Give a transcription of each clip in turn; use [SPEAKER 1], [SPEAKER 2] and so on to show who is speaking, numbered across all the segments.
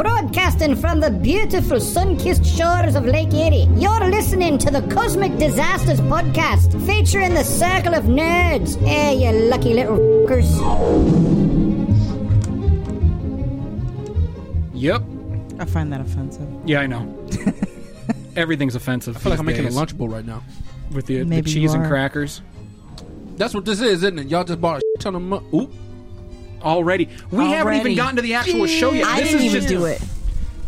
[SPEAKER 1] Broadcasting from the beautiful sun kissed shores of Lake Erie, you're listening to the Cosmic Disasters Podcast featuring the Circle of Nerds. Hey, you lucky little fuckers.
[SPEAKER 2] Yep.
[SPEAKER 3] I find that offensive.
[SPEAKER 2] Yeah, I know. Everything's offensive.
[SPEAKER 4] I feel like I'm
[SPEAKER 2] these
[SPEAKER 4] making a
[SPEAKER 2] days.
[SPEAKER 4] Lunchable right now.
[SPEAKER 2] with the, the
[SPEAKER 3] Maybe you
[SPEAKER 2] cheese and
[SPEAKER 3] are.
[SPEAKER 2] crackers.
[SPEAKER 4] That's what this is, isn't it? Y'all just bought a shit ton of mu- Oop.
[SPEAKER 2] Already, we haven't even
[SPEAKER 3] Already.
[SPEAKER 2] gotten to the actual show yet.
[SPEAKER 3] I
[SPEAKER 2] this
[SPEAKER 3] didn't
[SPEAKER 2] is
[SPEAKER 3] even
[SPEAKER 2] just,
[SPEAKER 3] do it.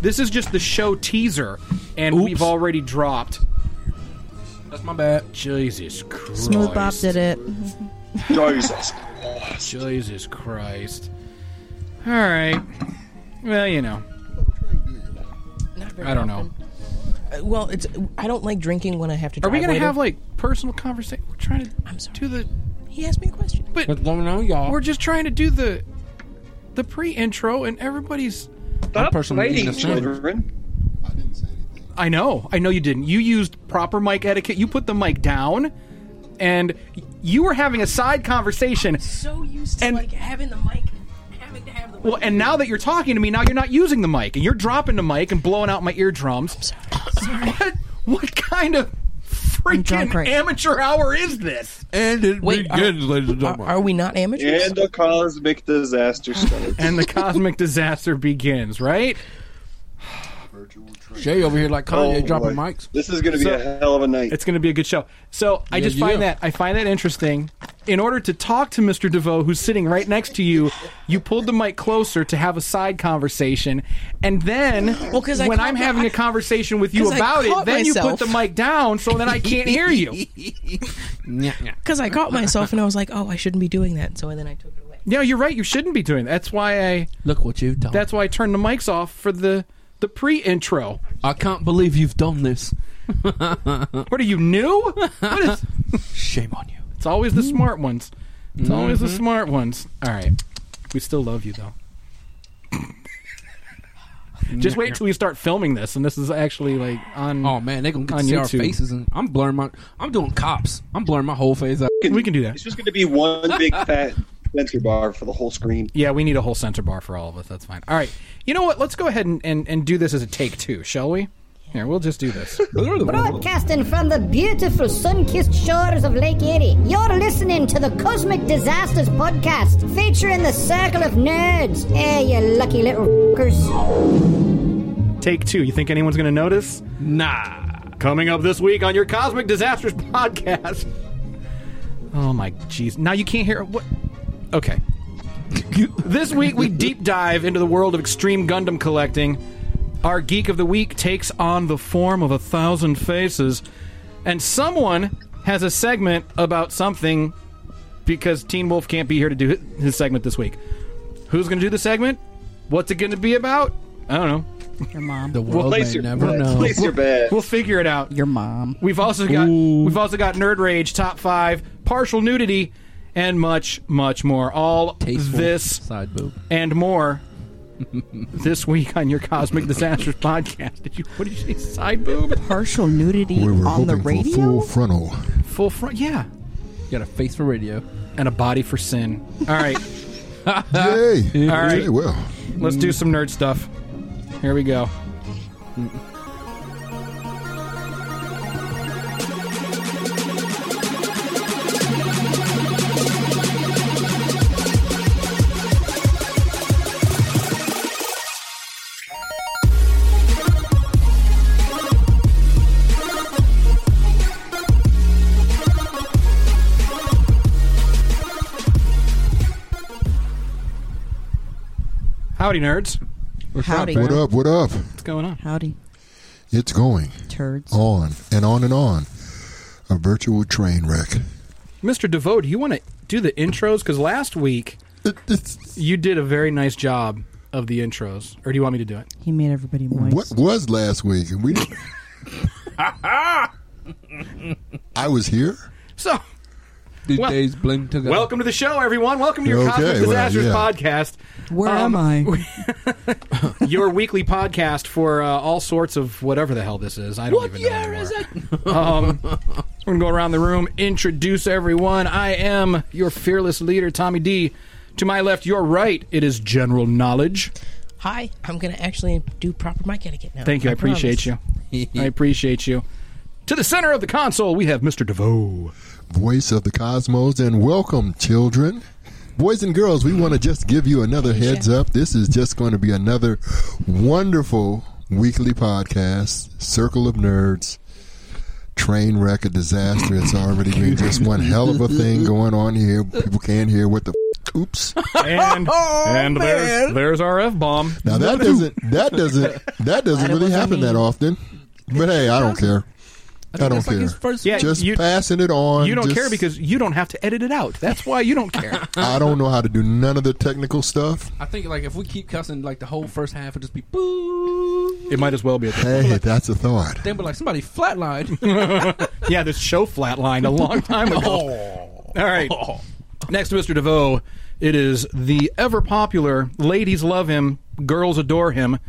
[SPEAKER 2] This is just the show teaser, and
[SPEAKER 4] Oops.
[SPEAKER 2] we've already dropped.
[SPEAKER 4] That's my bad.
[SPEAKER 2] Jesus Christ!
[SPEAKER 3] Smooth Bob did it.
[SPEAKER 5] Jesus.
[SPEAKER 2] Jesus Christ! All right. Well, you know, I don't know.
[SPEAKER 6] Uh, Well, it's I don't like drinking when I have
[SPEAKER 2] Are
[SPEAKER 6] to. Drive
[SPEAKER 2] we gonna
[SPEAKER 6] later.
[SPEAKER 2] have like personal conversation? We're trying to
[SPEAKER 6] I'm sorry.
[SPEAKER 2] do the.
[SPEAKER 6] He asked me a question.
[SPEAKER 4] What's going on, y'all?
[SPEAKER 2] We're just trying to do the, the pre-intro, and everybody's.
[SPEAKER 5] Stop
[SPEAKER 4] personally eating
[SPEAKER 5] fighting,
[SPEAKER 4] a sandwich.
[SPEAKER 5] children.
[SPEAKER 7] I didn't say anything.
[SPEAKER 2] I know. I know you didn't. You used proper mic etiquette. You put the mic down, and you were having a side conversation.
[SPEAKER 6] So used to
[SPEAKER 2] And-
[SPEAKER 6] like having the mic, having to have the. Mic.
[SPEAKER 2] Well, and now that you're talking to me, now you're not using the mic, and you're dropping the mic and blowing out my eardrums. What, what kind of freaking
[SPEAKER 3] drunk right now.
[SPEAKER 2] amateur hour is this?
[SPEAKER 4] And it
[SPEAKER 6] Wait, are-
[SPEAKER 4] begins, ladies and
[SPEAKER 6] are,
[SPEAKER 4] gentlemen.
[SPEAKER 6] are we not amateurs?
[SPEAKER 5] And the cosmic disaster starts.
[SPEAKER 2] And the cosmic disaster begins, right?
[SPEAKER 7] Virtual trade.
[SPEAKER 4] Jay over here like Kanye
[SPEAKER 5] Oh,
[SPEAKER 4] dropping
[SPEAKER 5] boy.
[SPEAKER 4] mics.
[SPEAKER 5] This is going to be
[SPEAKER 2] So-
[SPEAKER 5] a hell of a night.
[SPEAKER 2] It's going to be a good show. So I
[SPEAKER 4] Yeah,
[SPEAKER 2] just find
[SPEAKER 4] yeah.
[SPEAKER 2] that I find that interesting. In order to talk to Mr. DeVoe, who's sitting right next to you, you pulled the mic closer to have a side conversation, and then
[SPEAKER 6] Well, 'cause I
[SPEAKER 2] when
[SPEAKER 6] caught
[SPEAKER 2] I'm
[SPEAKER 6] my-
[SPEAKER 2] having a conversation with you
[SPEAKER 6] 'cause I
[SPEAKER 2] about it,
[SPEAKER 6] caught
[SPEAKER 2] then you put
[SPEAKER 6] myself.
[SPEAKER 2] the mic down so that I can't hear you.
[SPEAKER 4] Yeah, yeah.
[SPEAKER 6] Because I caught myself and I was like, oh, I shouldn't be doing that. So then I took it away.
[SPEAKER 2] Yeah, you're right. You shouldn't be doing that. That's why I.
[SPEAKER 4] Look what you've done.
[SPEAKER 2] That's why I turned the mics off for the the pre-intro.
[SPEAKER 4] I can't believe you've done this.
[SPEAKER 2] What are you new? What is?
[SPEAKER 4] Shame on you.
[SPEAKER 2] It's always the smart ones. It's always the smart ones. All right, we still love you though. Just wait till we start filming this, and this is actually like on.
[SPEAKER 4] Oh man, they gonna get
[SPEAKER 2] On
[SPEAKER 4] to see our
[SPEAKER 2] YouTube.
[SPEAKER 4] faces, and I'm blurring my. I'm doing cops. I'm blurring my whole face out.
[SPEAKER 2] we can do that.
[SPEAKER 5] It's just going to be one big fat center bar for the whole screen.
[SPEAKER 2] Yeah, we need a whole center bar for all of us. That's fine. All right, you know what? Let's go ahead and and, and do this as a take two, shall we? Here, we'll just do this.
[SPEAKER 1] Broadcasting from the beautiful sun kissed shores of Lake Erie, you're listening to the Cosmic Disasters Podcast featuring the Circle of Nerds. Hey, you lucky little fuckers.
[SPEAKER 2] take two. You think anyone's going to notice?
[SPEAKER 4] Nah.
[SPEAKER 2] Coming up this week on your Cosmic Disasters podcast. Oh my jeez. Now you can't hear what Okay. this week we deep dive into the world of extreme Gundam collecting. Our geek of the week takes on the form of a thousand faces and someone has a segment about something because Teen Wolf can't be here to do hi- his segment this week. Who's going to do the segment? What's it going to be about? I don't know.
[SPEAKER 3] Your mom.
[SPEAKER 4] The world
[SPEAKER 5] place
[SPEAKER 4] may
[SPEAKER 5] your
[SPEAKER 4] never
[SPEAKER 5] bets.
[SPEAKER 4] know.
[SPEAKER 5] Place your bets.
[SPEAKER 2] We'll figure it out.
[SPEAKER 3] Your mom.
[SPEAKER 2] We've also got
[SPEAKER 4] Ooh.
[SPEAKER 2] we've also got nerd rage top five, partial nudity, and much much more. All
[SPEAKER 4] Tasteful
[SPEAKER 2] this
[SPEAKER 4] side boob.
[SPEAKER 2] and more this week on your Cosmic Disasters podcast. Did you what did you say? Side boob,
[SPEAKER 3] Partial nudity
[SPEAKER 7] We were
[SPEAKER 3] on the
[SPEAKER 7] hoping for full
[SPEAKER 3] radio?
[SPEAKER 7] frontal.
[SPEAKER 2] full front, yeah,
[SPEAKER 4] Got a face for radio.
[SPEAKER 2] and a body for sin. All right,
[SPEAKER 7] Yay!
[SPEAKER 2] Ah. All right.
[SPEAKER 7] Yay, well,
[SPEAKER 2] let's do some nerd stuff. Here we go. Howdy, nerds.
[SPEAKER 3] Howdy.
[SPEAKER 7] what up? What up?
[SPEAKER 2] What's going on?
[SPEAKER 3] Howdy.
[SPEAKER 7] It's going
[SPEAKER 3] Turds.
[SPEAKER 2] Oh.
[SPEAKER 7] on and on and on. A virtual train wreck.
[SPEAKER 2] Mr. DeVoe, do you want to do the intros? Because last week
[SPEAKER 7] It, it's,
[SPEAKER 2] you did a very nice job of the intros. Or do you want me to do it?
[SPEAKER 3] He made everybody moist.
[SPEAKER 7] what was last week? And we. I was here.
[SPEAKER 2] So,
[SPEAKER 4] These
[SPEAKER 2] Well-
[SPEAKER 4] days blend together.
[SPEAKER 2] Welcome to the show, everyone. Welcome to your
[SPEAKER 7] Okay,
[SPEAKER 2] Cosmic
[SPEAKER 7] well,
[SPEAKER 2] Disasters
[SPEAKER 7] yeah.
[SPEAKER 2] podcast,
[SPEAKER 3] Where
[SPEAKER 2] Um,
[SPEAKER 3] am I?
[SPEAKER 2] your weekly podcast for uh, all sorts of whatever the hell this is. I don't
[SPEAKER 4] What
[SPEAKER 2] even know.
[SPEAKER 4] year is it?
[SPEAKER 2] Um, we're going to go around the room, introduce everyone. I am your fearless leader, Tommy D. To my left, your right, it is General Knowledge.
[SPEAKER 6] Hi, I'm going to actually do proper mic etiquette now.
[SPEAKER 2] Thank you. I, appreciate you. I appreciate you. To the center of the console, we have Mr. DeVoe.
[SPEAKER 7] voice of the cosmos, and welcome, children. Boys and girls, we want to just give you another heads up. This is just going to be another wonderful weekly podcast, Circle of Nerds. Train wreck, a disaster. It's already been just one hell of a thing going on here. People can't hear what the f- oops.
[SPEAKER 2] And,
[SPEAKER 7] Oh,
[SPEAKER 2] and there's, there's our F bomb.
[SPEAKER 7] Now that doesn't that doesn't that doesn't really happen that often. But hey, I don't care. I don't
[SPEAKER 4] That's like
[SPEAKER 7] care.
[SPEAKER 4] his first
[SPEAKER 2] Yeah,
[SPEAKER 7] Just
[SPEAKER 2] you,
[SPEAKER 7] passing it on.
[SPEAKER 2] you don't
[SPEAKER 7] Just-
[SPEAKER 2] care because you don't have to edit it out. That's why you don't care.
[SPEAKER 7] I don't know how to do none of the technical stuff.
[SPEAKER 4] I think like if we keep cussing like the whole first half, it'll just be boo.
[SPEAKER 2] it might as well be. A
[SPEAKER 7] Hey, that's a thought.
[SPEAKER 4] Then we're like somebody flatlined.
[SPEAKER 2] yeah, this show flatlined a long time ago. All right. Next to Mr. DeVoe, it is the ever popular ladies love him, girls adore him.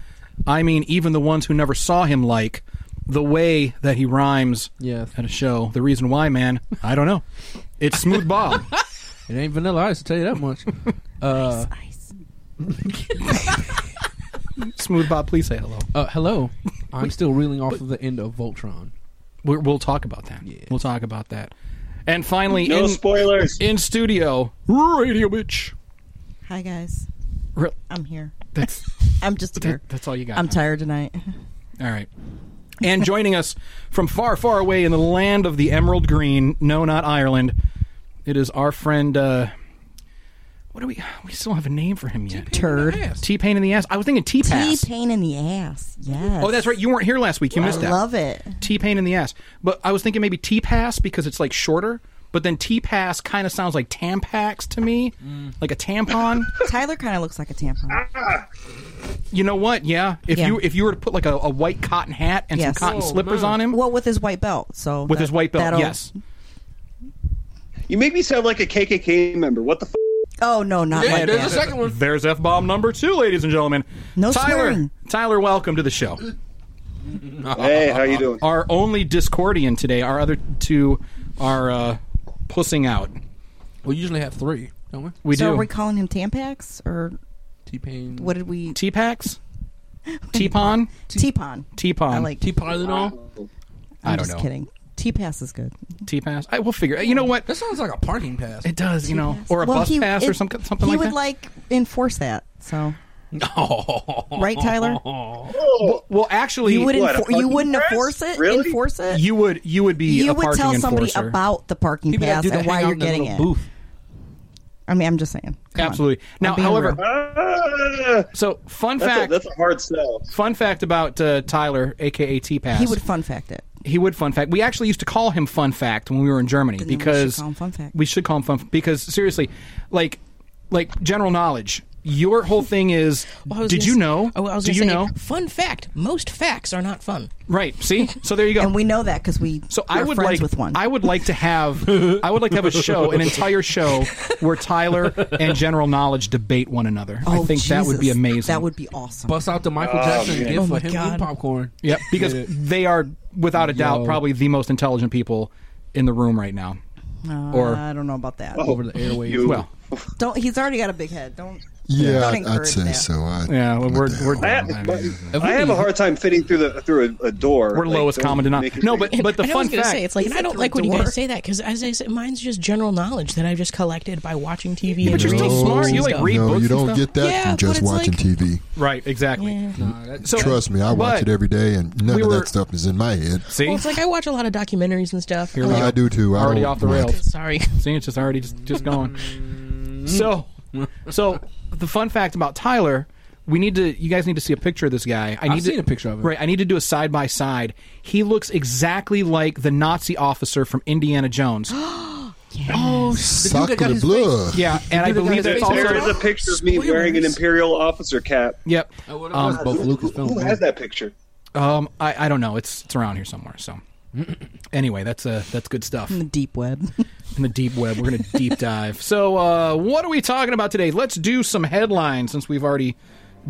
[SPEAKER 2] I mean, even the ones who never saw him like the way that he rhymes
[SPEAKER 4] Yes.
[SPEAKER 2] at a show. The reason why, man, I don't know. It's Smooth Bob.
[SPEAKER 4] it ain't vanilla ice. I'll tell you that much. Uh,
[SPEAKER 2] Smooth Bob, please say hello.
[SPEAKER 4] uh, hello. I'm still reeling off of the end of Voltron.
[SPEAKER 2] We're, we'll talk about that. We'll talk about that. And finally,
[SPEAKER 5] No
[SPEAKER 2] in,
[SPEAKER 5] spoilers.
[SPEAKER 2] in studio, Radio Bitch.
[SPEAKER 3] Hi guys,
[SPEAKER 2] Re-
[SPEAKER 3] I'm here.
[SPEAKER 2] That's,
[SPEAKER 3] I'm just here.
[SPEAKER 2] that's all you got.
[SPEAKER 3] I'm
[SPEAKER 2] huh?
[SPEAKER 3] tired tonight.
[SPEAKER 2] All right. And joining us from far, far away in the land of the emerald green, no, not Ireland, it is our friend. Uh, what do we? We still have a name for him yet.
[SPEAKER 3] Turd.
[SPEAKER 2] T pain in the ass. I was thinking T
[SPEAKER 3] T
[SPEAKER 2] pass.
[SPEAKER 3] pain in the ass. Yes.
[SPEAKER 2] Oh, that's right. You weren't here last week. You
[SPEAKER 3] I
[SPEAKER 2] missed that.
[SPEAKER 3] love it.
[SPEAKER 2] T pain in the ass. But I was thinking maybe T pass because it's like shorter. But then T pass kind of sounds like Tampax to me, like a tampon.
[SPEAKER 3] Tyler kind of looks like a tampon.
[SPEAKER 2] you know what? Yeah. If
[SPEAKER 3] Yeah.
[SPEAKER 2] you if you were to put like a, a white cotton hat and
[SPEAKER 3] Yes.
[SPEAKER 2] some cotton
[SPEAKER 4] Oh,
[SPEAKER 2] slippers
[SPEAKER 4] man.
[SPEAKER 2] on him
[SPEAKER 3] Well, with his white belt. So
[SPEAKER 2] with
[SPEAKER 3] that-
[SPEAKER 2] his white belt,
[SPEAKER 3] that'll-
[SPEAKER 2] yes.
[SPEAKER 5] You make me sound like a KKK member. What the? F-
[SPEAKER 3] Oh no, not
[SPEAKER 4] Yeah,
[SPEAKER 3] like
[SPEAKER 4] there's a
[SPEAKER 3] that.
[SPEAKER 4] second one.
[SPEAKER 2] There's F bomb number two, ladies and gentlemen.
[SPEAKER 3] No
[SPEAKER 2] Tyler,
[SPEAKER 3] swearing.
[SPEAKER 2] Tyler, welcome to the show.
[SPEAKER 5] hey, how you doing?
[SPEAKER 2] Our only Discordian today. Our other two are uh, pussing out.
[SPEAKER 4] We usually have three, don't we?
[SPEAKER 2] We
[SPEAKER 3] so are
[SPEAKER 2] do
[SPEAKER 3] we calling him Tampax or
[SPEAKER 4] T Pain.
[SPEAKER 3] what did we?
[SPEAKER 2] T packs, T pon,
[SPEAKER 3] T-pon.
[SPEAKER 2] T pon.
[SPEAKER 3] I like.
[SPEAKER 4] T Tylenol?
[SPEAKER 3] I'm
[SPEAKER 2] I don't
[SPEAKER 3] just
[SPEAKER 2] know.
[SPEAKER 3] kidding. T-pass is good.
[SPEAKER 2] T pass. I will figure. You know what?
[SPEAKER 4] That sounds like a parking pass.
[SPEAKER 2] It does. You know, or a
[SPEAKER 3] Well,
[SPEAKER 2] bus
[SPEAKER 3] he-
[SPEAKER 2] pass or
[SPEAKER 3] it-
[SPEAKER 2] some, something
[SPEAKER 3] He
[SPEAKER 2] like
[SPEAKER 3] would
[SPEAKER 2] that.
[SPEAKER 3] like enforce that. So
[SPEAKER 4] Oh.
[SPEAKER 3] right, Tyler.
[SPEAKER 5] Oh,
[SPEAKER 2] well, actually,
[SPEAKER 3] You would
[SPEAKER 5] What, a
[SPEAKER 3] enfor- you
[SPEAKER 5] fucking
[SPEAKER 3] wouldn't
[SPEAKER 5] press?
[SPEAKER 3] enforce it.
[SPEAKER 5] Really?
[SPEAKER 3] Enforce it.
[SPEAKER 2] you would you would be
[SPEAKER 3] You
[SPEAKER 2] a
[SPEAKER 3] would
[SPEAKER 2] parking
[SPEAKER 3] tell somebody
[SPEAKER 2] enforcer.
[SPEAKER 3] about the parking
[SPEAKER 4] People that
[SPEAKER 3] pass
[SPEAKER 4] do that
[SPEAKER 3] and why
[SPEAKER 4] hang out
[SPEAKER 3] you're
[SPEAKER 4] in the
[SPEAKER 3] getting
[SPEAKER 4] little
[SPEAKER 3] it.
[SPEAKER 4] Booth.
[SPEAKER 3] I mean, I'm just saying. Come on.
[SPEAKER 2] Absolutely.
[SPEAKER 3] I'm
[SPEAKER 2] Now,
[SPEAKER 3] being
[SPEAKER 2] however,
[SPEAKER 3] real.
[SPEAKER 5] Ah,
[SPEAKER 2] so fun
[SPEAKER 5] that's, a,
[SPEAKER 2] fact.
[SPEAKER 5] that's a hard sell.
[SPEAKER 2] Fun fact about uh, Tyler, aka T Pass.
[SPEAKER 3] he would fun fact it.
[SPEAKER 2] He would fun fact. We actually used to call him fun fact when we were in Germany
[SPEAKER 3] Then we should
[SPEAKER 2] because
[SPEAKER 3] call him Fun Fact.
[SPEAKER 2] we should call him fun F- because seriously, like like general knowledge. Your whole thing is
[SPEAKER 6] Well, I was
[SPEAKER 2] did
[SPEAKER 6] gonna
[SPEAKER 2] you
[SPEAKER 6] s-
[SPEAKER 2] know?
[SPEAKER 6] Oh, I was
[SPEAKER 2] Do
[SPEAKER 6] gonna
[SPEAKER 2] you
[SPEAKER 6] say,
[SPEAKER 2] know?
[SPEAKER 6] Fun fact: most facts are not fun.
[SPEAKER 2] Right. See? So there you go.
[SPEAKER 3] And we know that because we
[SPEAKER 2] so
[SPEAKER 3] we're
[SPEAKER 2] I would
[SPEAKER 3] friends
[SPEAKER 2] like
[SPEAKER 3] with one.
[SPEAKER 2] I would like to have I would like to have a show, an entire show where Tyler and general knowledge debate one another. I
[SPEAKER 3] Oh,
[SPEAKER 2] think that would be
[SPEAKER 3] Jesus.
[SPEAKER 2] amazing.
[SPEAKER 3] That would be awesome.
[SPEAKER 4] Bust out the Michael Jackson
[SPEAKER 5] man.
[SPEAKER 4] gift
[SPEAKER 6] Oh,
[SPEAKER 4] for
[SPEAKER 6] my
[SPEAKER 4] him
[SPEAKER 6] God.
[SPEAKER 4] and popcorn.
[SPEAKER 2] Yep, because
[SPEAKER 4] Get it.
[SPEAKER 2] they are without a doubt
[SPEAKER 4] Yo.
[SPEAKER 2] probably the most intelligent people in the room right now.
[SPEAKER 3] Uh,
[SPEAKER 2] or-
[SPEAKER 3] I don't know about that.
[SPEAKER 4] over the airwaves.
[SPEAKER 5] You.
[SPEAKER 2] Well,
[SPEAKER 3] Don't. He's already got a big head. Don't.
[SPEAKER 7] Yeah,
[SPEAKER 3] don't
[SPEAKER 7] I'd, I'd
[SPEAKER 3] encourage
[SPEAKER 7] say
[SPEAKER 3] that.
[SPEAKER 7] so. I,
[SPEAKER 2] yeah,
[SPEAKER 7] what
[SPEAKER 2] we're
[SPEAKER 7] the hell?
[SPEAKER 2] we're
[SPEAKER 5] I,
[SPEAKER 2] down. I mean,
[SPEAKER 5] have, I have a hard time fitting through the through a, a door.
[SPEAKER 2] we're
[SPEAKER 5] Like,
[SPEAKER 2] lowest
[SPEAKER 5] don't
[SPEAKER 2] common
[SPEAKER 5] make
[SPEAKER 2] denominator.
[SPEAKER 5] it
[SPEAKER 2] No,
[SPEAKER 5] big.
[SPEAKER 2] but but the
[SPEAKER 6] and I
[SPEAKER 2] fun
[SPEAKER 6] was gonna
[SPEAKER 2] fact
[SPEAKER 6] say it's like and I don't like when you guys say that because as I said, mine's just general knowledge that I've just collected by watching TV.
[SPEAKER 2] but
[SPEAKER 6] and
[SPEAKER 2] you're still
[SPEAKER 6] reading
[SPEAKER 2] smart.
[SPEAKER 6] books
[SPEAKER 2] You,
[SPEAKER 6] and
[SPEAKER 2] like,
[SPEAKER 6] stuff.
[SPEAKER 2] read-
[SPEAKER 7] no,
[SPEAKER 2] books
[SPEAKER 7] you
[SPEAKER 2] and
[SPEAKER 7] don't
[SPEAKER 2] stuff?
[SPEAKER 7] get that
[SPEAKER 6] Yeah,
[SPEAKER 7] from
[SPEAKER 6] but
[SPEAKER 7] just
[SPEAKER 6] it's
[SPEAKER 7] watching
[SPEAKER 6] like-
[SPEAKER 7] TV.
[SPEAKER 2] right exactly.
[SPEAKER 4] Nah, that-
[SPEAKER 2] So
[SPEAKER 7] Trust me, I watch
[SPEAKER 2] but-
[SPEAKER 7] it every day, and none
[SPEAKER 2] we
[SPEAKER 7] of
[SPEAKER 2] were-
[SPEAKER 7] that stuff is in my head.
[SPEAKER 2] See,
[SPEAKER 6] Well, it's like I watch a lot of documentaries and stuff.
[SPEAKER 2] Here we
[SPEAKER 6] Like,
[SPEAKER 7] I do too. I
[SPEAKER 2] already
[SPEAKER 7] don't
[SPEAKER 2] off the
[SPEAKER 7] watch-
[SPEAKER 2] rails.
[SPEAKER 6] Sorry.
[SPEAKER 2] See, it's just already just, just going. So, so the fun fact about Tyler, we need to. You guys need to see a picture of this guy. I need to,
[SPEAKER 4] seen a picture of him.
[SPEAKER 2] Right, I need to do a side by side. He looks exactly like the Nazi officer from Indiana Jones.
[SPEAKER 7] Sock
[SPEAKER 4] that got
[SPEAKER 7] of the
[SPEAKER 4] his face.
[SPEAKER 7] blood.
[SPEAKER 2] yeah, and I
[SPEAKER 4] Dude, the
[SPEAKER 2] believe
[SPEAKER 4] guy's
[SPEAKER 2] that's
[SPEAKER 4] face
[SPEAKER 2] also.
[SPEAKER 5] There is a picture of me wearing an
[SPEAKER 4] Spoilers.
[SPEAKER 5] imperial officer cap.
[SPEAKER 2] Yep.
[SPEAKER 4] I would've asked both
[SPEAKER 5] Who,
[SPEAKER 4] Lucasfilm.
[SPEAKER 5] who has that picture?
[SPEAKER 2] Um, I, I don't know. It's it's around here somewhere. So anyway, that's uh that's good stuff
[SPEAKER 3] The deep web.
[SPEAKER 2] in the deep web. We're gonna deep dive. So uh, what are we talking about today? Let's do some headlines since we've already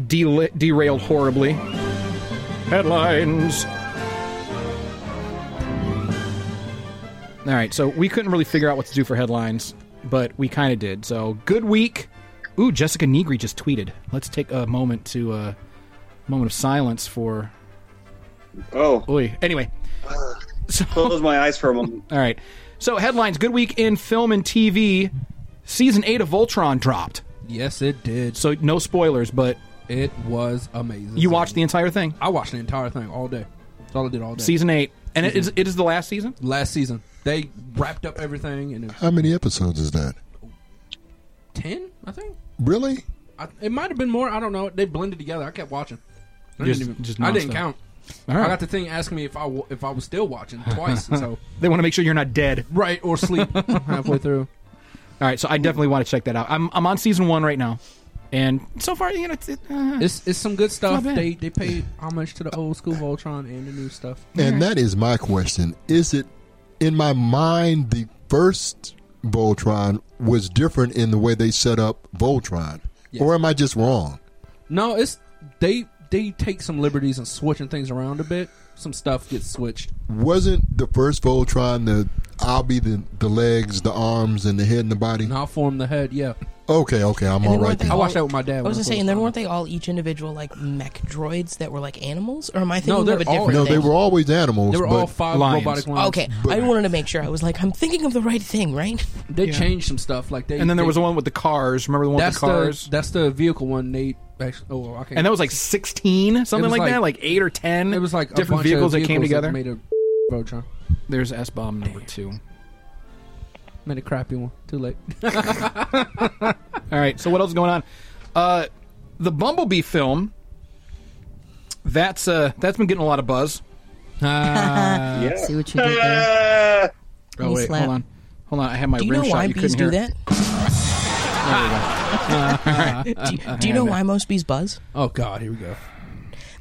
[SPEAKER 2] del- derailed horribly. Headlines. All right, so we couldn't really figure out what to do for headlines, but we kind of did. So good week Ooh, Jessica Negri just tweeted. Let's take a moment to uh, moment of silence for.
[SPEAKER 5] Oh,
[SPEAKER 2] Oy. Anyway,
[SPEAKER 5] close my eyes for a moment.
[SPEAKER 2] all right. So headlines: Good week in film and TV. Season eight of Voltron dropped.
[SPEAKER 4] Yes, it did.
[SPEAKER 2] So no spoilers, but
[SPEAKER 4] It was amazing.
[SPEAKER 2] you watched the entire thing.
[SPEAKER 4] I watched the entire thing all day. That's all I did all day.
[SPEAKER 2] Season eight, and it is it is the last season.
[SPEAKER 4] last season. They wrapped up everything in
[SPEAKER 7] How many episodes is that?
[SPEAKER 4] ten, I think.
[SPEAKER 7] Really?
[SPEAKER 4] I, it might have been more. I don't know. They blended together. I kept watching. I
[SPEAKER 2] Just-
[SPEAKER 4] didn't even.
[SPEAKER 2] just
[SPEAKER 4] I didn't
[SPEAKER 2] nonstop.
[SPEAKER 4] count.
[SPEAKER 2] All right.
[SPEAKER 4] I got the thing asking me if I w- if I was still watching twice. so
[SPEAKER 2] They want to make sure you're not dead.
[SPEAKER 4] right or sleep halfway through.
[SPEAKER 2] All right, so I definitely want to check that out. I'm I'm on season one right now, and so far, you know, it's, it, uh,
[SPEAKER 4] It's it's some good stuff.
[SPEAKER 2] bad.
[SPEAKER 4] They they paid homage to the old school Voltron and the new stuff.
[SPEAKER 7] And that is my question. Is it in my mind the first Voltron was different in the way they set up Voltron?
[SPEAKER 4] Yes.
[SPEAKER 7] Or am I just wrong?
[SPEAKER 4] No, it's they they take some liberties and switching things around a bit. Some stuff gets switched.
[SPEAKER 7] Wasn't the first Voltron the I'll be the, the legs, the arms, and the head and the body?
[SPEAKER 4] And I'll form the head. Yeah,
[SPEAKER 7] Okay, okay, I'm
[SPEAKER 6] And
[SPEAKER 7] all
[SPEAKER 6] then
[SPEAKER 7] right
[SPEAKER 6] weren't they
[SPEAKER 7] then.
[SPEAKER 4] I
[SPEAKER 6] all-
[SPEAKER 4] watched that with my dad
[SPEAKER 6] I
[SPEAKER 4] when
[SPEAKER 6] was
[SPEAKER 4] I
[SPEAKER 6] just
[SPEAKER 4] first
[SPEAKER 6] saying, then
[SPEAKER 4] saw
[SPEAKER 6] weren't they all each individual like mech droids that were like animals, or am I
[SPEAKER 4] No,
[SPEAKER 6] thinking
[SPEAKER 4] they're
[SPEAKER 6] of a
[SPEAKER 4] all-
[SPEAKER 6] different?
[SPEAKER 7] No, they
[SPEAKER 6] thing?
[SPEAKER 7] were always animals.
[SPEAKER 4] they were
[SPEAKER 7] but
[SPEAKER 4] all five
[SPEAKER 2] lions.
[SPEAKER 4] robotic ones.
[SPEAKER 6] Okay, I wanted to make sure. I was like, I'm thinking of the right thing, right?
[SPEAKER 4] they changed some stuff. Like they
[SPEAKER 2] and then there
[SPEAKER 4] they-
[SPEAKER 2] was the one with the cars. Remember the one with
[SPEAKER 4] that's
[SPEAKER 2] the cars?
[SPEAKER 4] the that's the vehicle one. They actually oh well, I can't.
[SPEAKER 2] and that was like 16, something
[SPEAKER 4] was
[SPEAKER 2] like,
[SPEAKER 4] like-
[SPEAKER 2] that, like eight or ten.
[SPEAKER 4] it was like a
[SPEAKER 2] different
[SPEAKER 4] bunch of
[SPEAKER 2] vehicles that came
[SPEAKER 4] vehicles
[SPEAKER 2] together.
[SPEAKER 4] made a Voltron.
[SPEAKER 2] There's S bomb number two.
[SPEAKER 4] Made a crappy one. Too late.
[SPEAKER 2] All right, so what else is going on? Uh, the Bumblebee film. That's uh, that's been getting a lot of buzz.
[SPEAKER 5] yeah.
[SPEAKER 3] See what you did there.
[SPEAKER 5] Ah,
[SPEAKER 2] Oh
[SPEAKER 3] Knee
[SPEAKER 2] wait,
[SPEAKER 3] slap.
[SPEAKER 2] hold on, hold on. I had my
[SPEAKER 6] Do you
[SPEAKER 2] rim
[SPEAKER 6] know
[SPEAKER 2] shot.
[SPEAKER 6] why
[SPEAKER 2] you
[SPEAKER 6] bees
[SPEAKER 2] couldn't
[SPEAKER 6] do
[SPEAKER 2] hear.
[SPEAKER 6] that? do, you- do you know why most bees buzz?
[SPEAKER 4] oh god, here we go.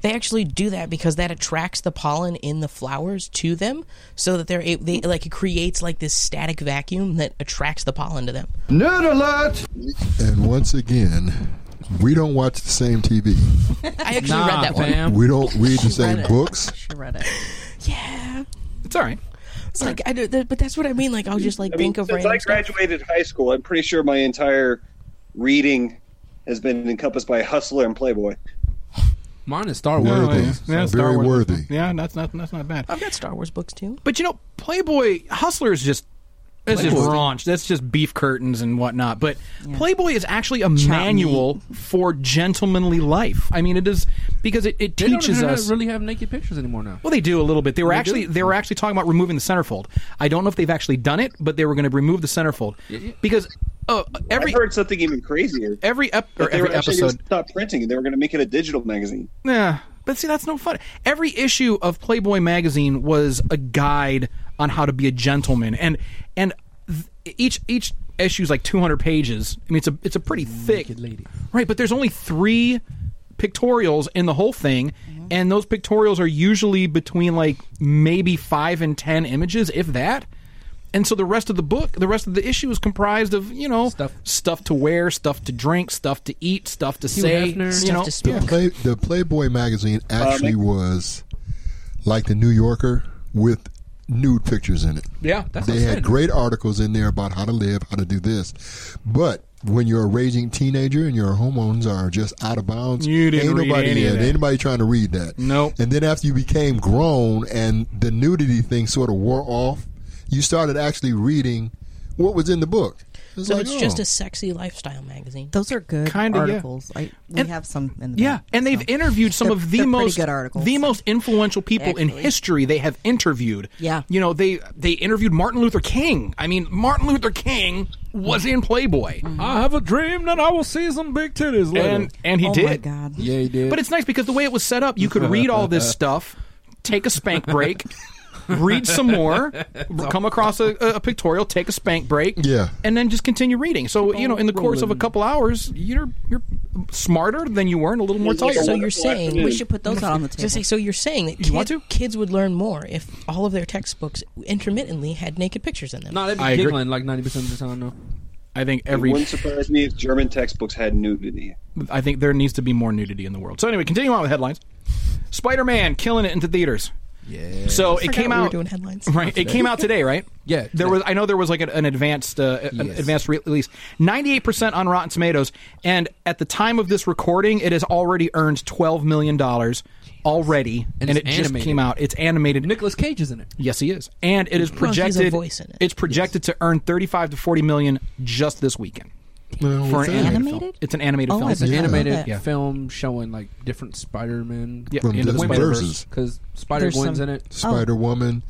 [SPEAKER 6] They actually do that because that attracts the pollen in the flowers to them, so that they're a- they like it creates like this static vacuum that attracts the pollen to them.
[SPEAKER 7] And once again, we don't watch the same TV.
[SPEAKER 6] I actually
[SPEAKER 4] Nah,
[SPEAKER 6] read that one.
[SPEAKER 4] fam.
[SPEAKER 7] We don't read the same
[SPEAKER 3] it.
[SPEAKER 7] books.
[SPEAKER 3] She read it.
[SPEAKER 6] Yeah,
[SPEAKER 2] It's all right.
[SPEAKER 6] it's like I do, that, but that's what I mean. Like I'll just like
[SPEAKER 5] I mean,
[SPEAKER 6] think of
[SPEAKER 5] since
[SPEAKER 6] random
[SPEAKER 5] I
[SPEAKER 6] stuff.
[SPEAKER 5] graduated high school, I'm pretty sure my entire reading has been encompassed by Hustler and Playboy.
[SPEAKER 4] Mine is Star Wars.
[SPEAKER 7] Worthy. Very worthy.
[SPEAKER 2] Yeah, that's not that's not bad.
[SPEAKER 6] I've got Star Wars books too.
[SPEAKER 2] But you know, Playboy Hustler is just it's just
[SPEAKER 4] Playboy.
[SPEAKER 2] raunch. That's just beef curtains and whatnot. But Playboy is actually a manual for gentlemanly life. I mean, it is because it, it
[SPEAKER 4] They don't
[SPEAKER 2] teaches
[SPEAKER 4] even
[SPEAKER 2] us.
[SPEAKER 4] really have naked pictures anymore now.
[SPEAKER 2] well, they do a little bit. They were
[SPEAKER 4] They do?
[SPEAKER 2] actually they were actually talking about removing the centerfold. I don't know if they've actually done it, but they were going to remove the centerfold because uh,
[SPEAKER 5] I
[SPEAKER 2] every
[SPEAKER 5] heard something even crazier.
[SPEAKER 2] every ep- or
[SPEAKER 5] That they
[SPEAKER 2] every
[SPEAKER 5] were actually
[SPEAKER 2] episode.
[SPEAKER 5] going to stop printing and they were going to make it a digital magazine.
[SPEAKER 2] Yeah, but see, that's no fun. Every issue of Playboy magazine was a guide on how to be a gentleman, and and th- each each issue is like 200 pages. I mean, it's a it's a pretty thick
[SPEAKER 4] lady.
[SPEAKER 2] right? But there's only three pictorials in the whole thing,
[SPEAKER 4] Mm-hmm.
[SPEAKER 2] and those pictorials are usually between like maybe five and ten images, if that. And so the rest of the book, the rest of the issue is comprised of you know
[SPEAKER 4] Stuff.
[SPEAKER 2] to wear, stuff to drink, stuff to eat, stuff to say,
[SPEAKER 4] Hefner.
[SPEAKER 2] you
[SPEAKER 4] Stuff
[SPEAKER 2] know,
[SPEAKER 6] to
[SPEAKER 7] The,
[SPEAKER 6] speak.
[SPEAKER 7] Play, the Playboy magazine actually was like the New Yorker with nude pictures in it.
[SPEAKER 4] Yeah, that's
[SPEAKER 7] they
[SPEAKER 4] what I'm
[SPEAKER 7] had
[SPEAKER 4] saying.
[SPEAKER 7] great articles in there about how to live, how to do this. But when you're a raging teenager and your hormones are just out of bounds,
[SPEAKER 2] You didn't
[SPEAKER 7] ain't
[SPEAKER 2] read
[SPEAKER 7] nobody
[SPEAKER 2] any of
[SPEAKER 7] yeah,
[SPEAKER 2] that.
[SPEAKER 7] anybody trying to read that.
[SPEAKER 2] Nope.
[SPEAKER 7] And then after you became grown and the nudity thing sort of wore off, you started actually reading what was in the book. It's
[SPEAKER 6] So
[SPEAKER 7] like,
[SPEAKER 6] it's
[SPEAKER 7] oh.
[SPEAKER 6] just a sexy lifestyle magazine.
[SPEAKER 3] Those are good
[SPEAKER 2] Kinda, yeah.
[SPEAKER 3] articles. I, we
[SPEAKER 2] And-
[SPEAKER 3] have some in the
[SPEAKER 2] Yeah,
[SPEAKER 3] back,
[SPEAKER 2] and they've
[SPEAKER 3] so.
[SPEAKER 2] interviewed some
[SPEAKER 3] They're-
[SPEAKER 2] of the
[SPEAKER 3] they're pretty
[SPEAKER 2] most
[SPEAKER 3] good articles.
[SPEAKER 2] the most influential people in
[SPEAKER 3] Actually.
[SPEAKER 2] history. They have interviewed.
[SPEAKER 3] Yeah.
[SPEAKER 2] you know they they interviewed Martin Luther King. I mean, Martin Luther King was in Playboy,
[SPEAKER 3] Mm-hmm.
[SPEAKER 2] Uh,
[SPEAKER 4] I have a dream that I will see some big titties later.
[SPEAKER 2] and and he
[SPEAKER 3] oh
[SPEAKER 2] did.
[SPEAKER 3] my god.
[SPEAKER 4] yeah, he did.
[SPEAKER 2] But it's nice because the way it was set up, you could read all this stuff, take a spank break. Read some more, come across a, a pictorial, take a spank break,
[SPEAKER 7] Yeah.
[SPEAKER 2] and then just continue reading. So you know, in the course of a
[SPEAKER 4] rolling.
[SPEAKER 2] couple hours, you're you're smarter than you were and a little more
[SPEAKER 5] It's like
[SPEAKER 2] tired.
[SPEAKER 5] a
[SPEAKER 6] So
[SPEAKER 2] So
[SPEAKER 6] you're
[SPEAKER 5] wonderful
[SPEAKER 6] saying
[SPEAKER 5] afternoon.
[SPEAKER 6] we
[SPEAKER 3] We should put those out on the table.
[SPEAKER 6] Just say, so you're saying that
[SPEAKER 2] You want
[SPEAKER 6] kid- kids would learn more if all of their textbooks intermittently had naked pictures in them.
[SPEAKER 4] no, they'd be
[SPEAKER 2] I agree.
[SPEAKER 4] giggling like ninety percent of the time. though.
[SPEAKER 2] I think
[SPEAKER 5] It
[SPEAKER 2] every
[SPEAKER 5] wouldn't surprise me if German textbooks had nudity.
[SPEAKER 2] I think there needs to be more nudity in the world. So anyway, continue on with headlines. Spider-Man killing it into theaters.
[SPEAKER 4] Yeah.
[SPEAKER 2] So it
[SPEAKER 6] Forgot
[SPEAKER 2] came
[SPEAKER 6] we were
[SPEAKER 2] out
[SPEAKER 6] doing headlines.
[SPEAKER 2] right. It came out today, right?
[SPEAKER 4] Yeah,
[SPEAKER 2] There
[SPEAKER 4] today.
[SPEAKER 2] was. I know there was like an, an advanced uh, an
[SPEAKER 4] Yes.
[SPEAKER 2] advanced re- release. Ninety eight percent on Rotten Tomatoes, and at the time of this recording, it has already earned twelve million dollars already,
[SPEAKER 4] And
[SPEAKER 2] and, it
[SPEAKER 4] it's animated.
[SPEAKER 2] just came out. It's animated.
[SPEAKER 4] Nicholas Cage is in it.
[SPEAKER 2] Yes, he is, and it is
[SPEAKER 6] Well, he's a
[SPEAKER 2] projected.
[SPEAKER 6] voice in it.
[SPEAKER 2] It's projected to earn thirty-five to forty million just this weekend
[SPEAKER 7] Well,
[SPEAKER 2] for an
[SPEAKER 7] it's
[SPEAKER 2] animated,
[SPEAKER 3] animated?
[SPEAKER 2] film. It's an animated
[SPEAKER 6] Oh,
[SPEAKER 2] film.
[SPEAKER 6] I
[SPEAKER 2] It's an
[SPEAKER 6] bet.
[SPEAKER 4] Animated
[SPEAKER 6] that. Yeah.
[SPEAKER 4] film showing like different Spider-Man.
[SPEAKER 2] Yeah,
[SPEAKER 7] From
[SPEAKER 2] in the
[SPEAKER 7] Disney
[SPEAKER 2] Spider-Verse.
[SPEAKER 7] versus
[SPEAKER 4] Because Spider
[SPEAKER 3] There's
[SPEAKER 4] Gwen's
[SPEAKER 3] some-
[SPEAKER 4] in
[SPEAKER 6] Oh.
[SPEAKER 4] it.
[SPEAKER 7] Spider Woman,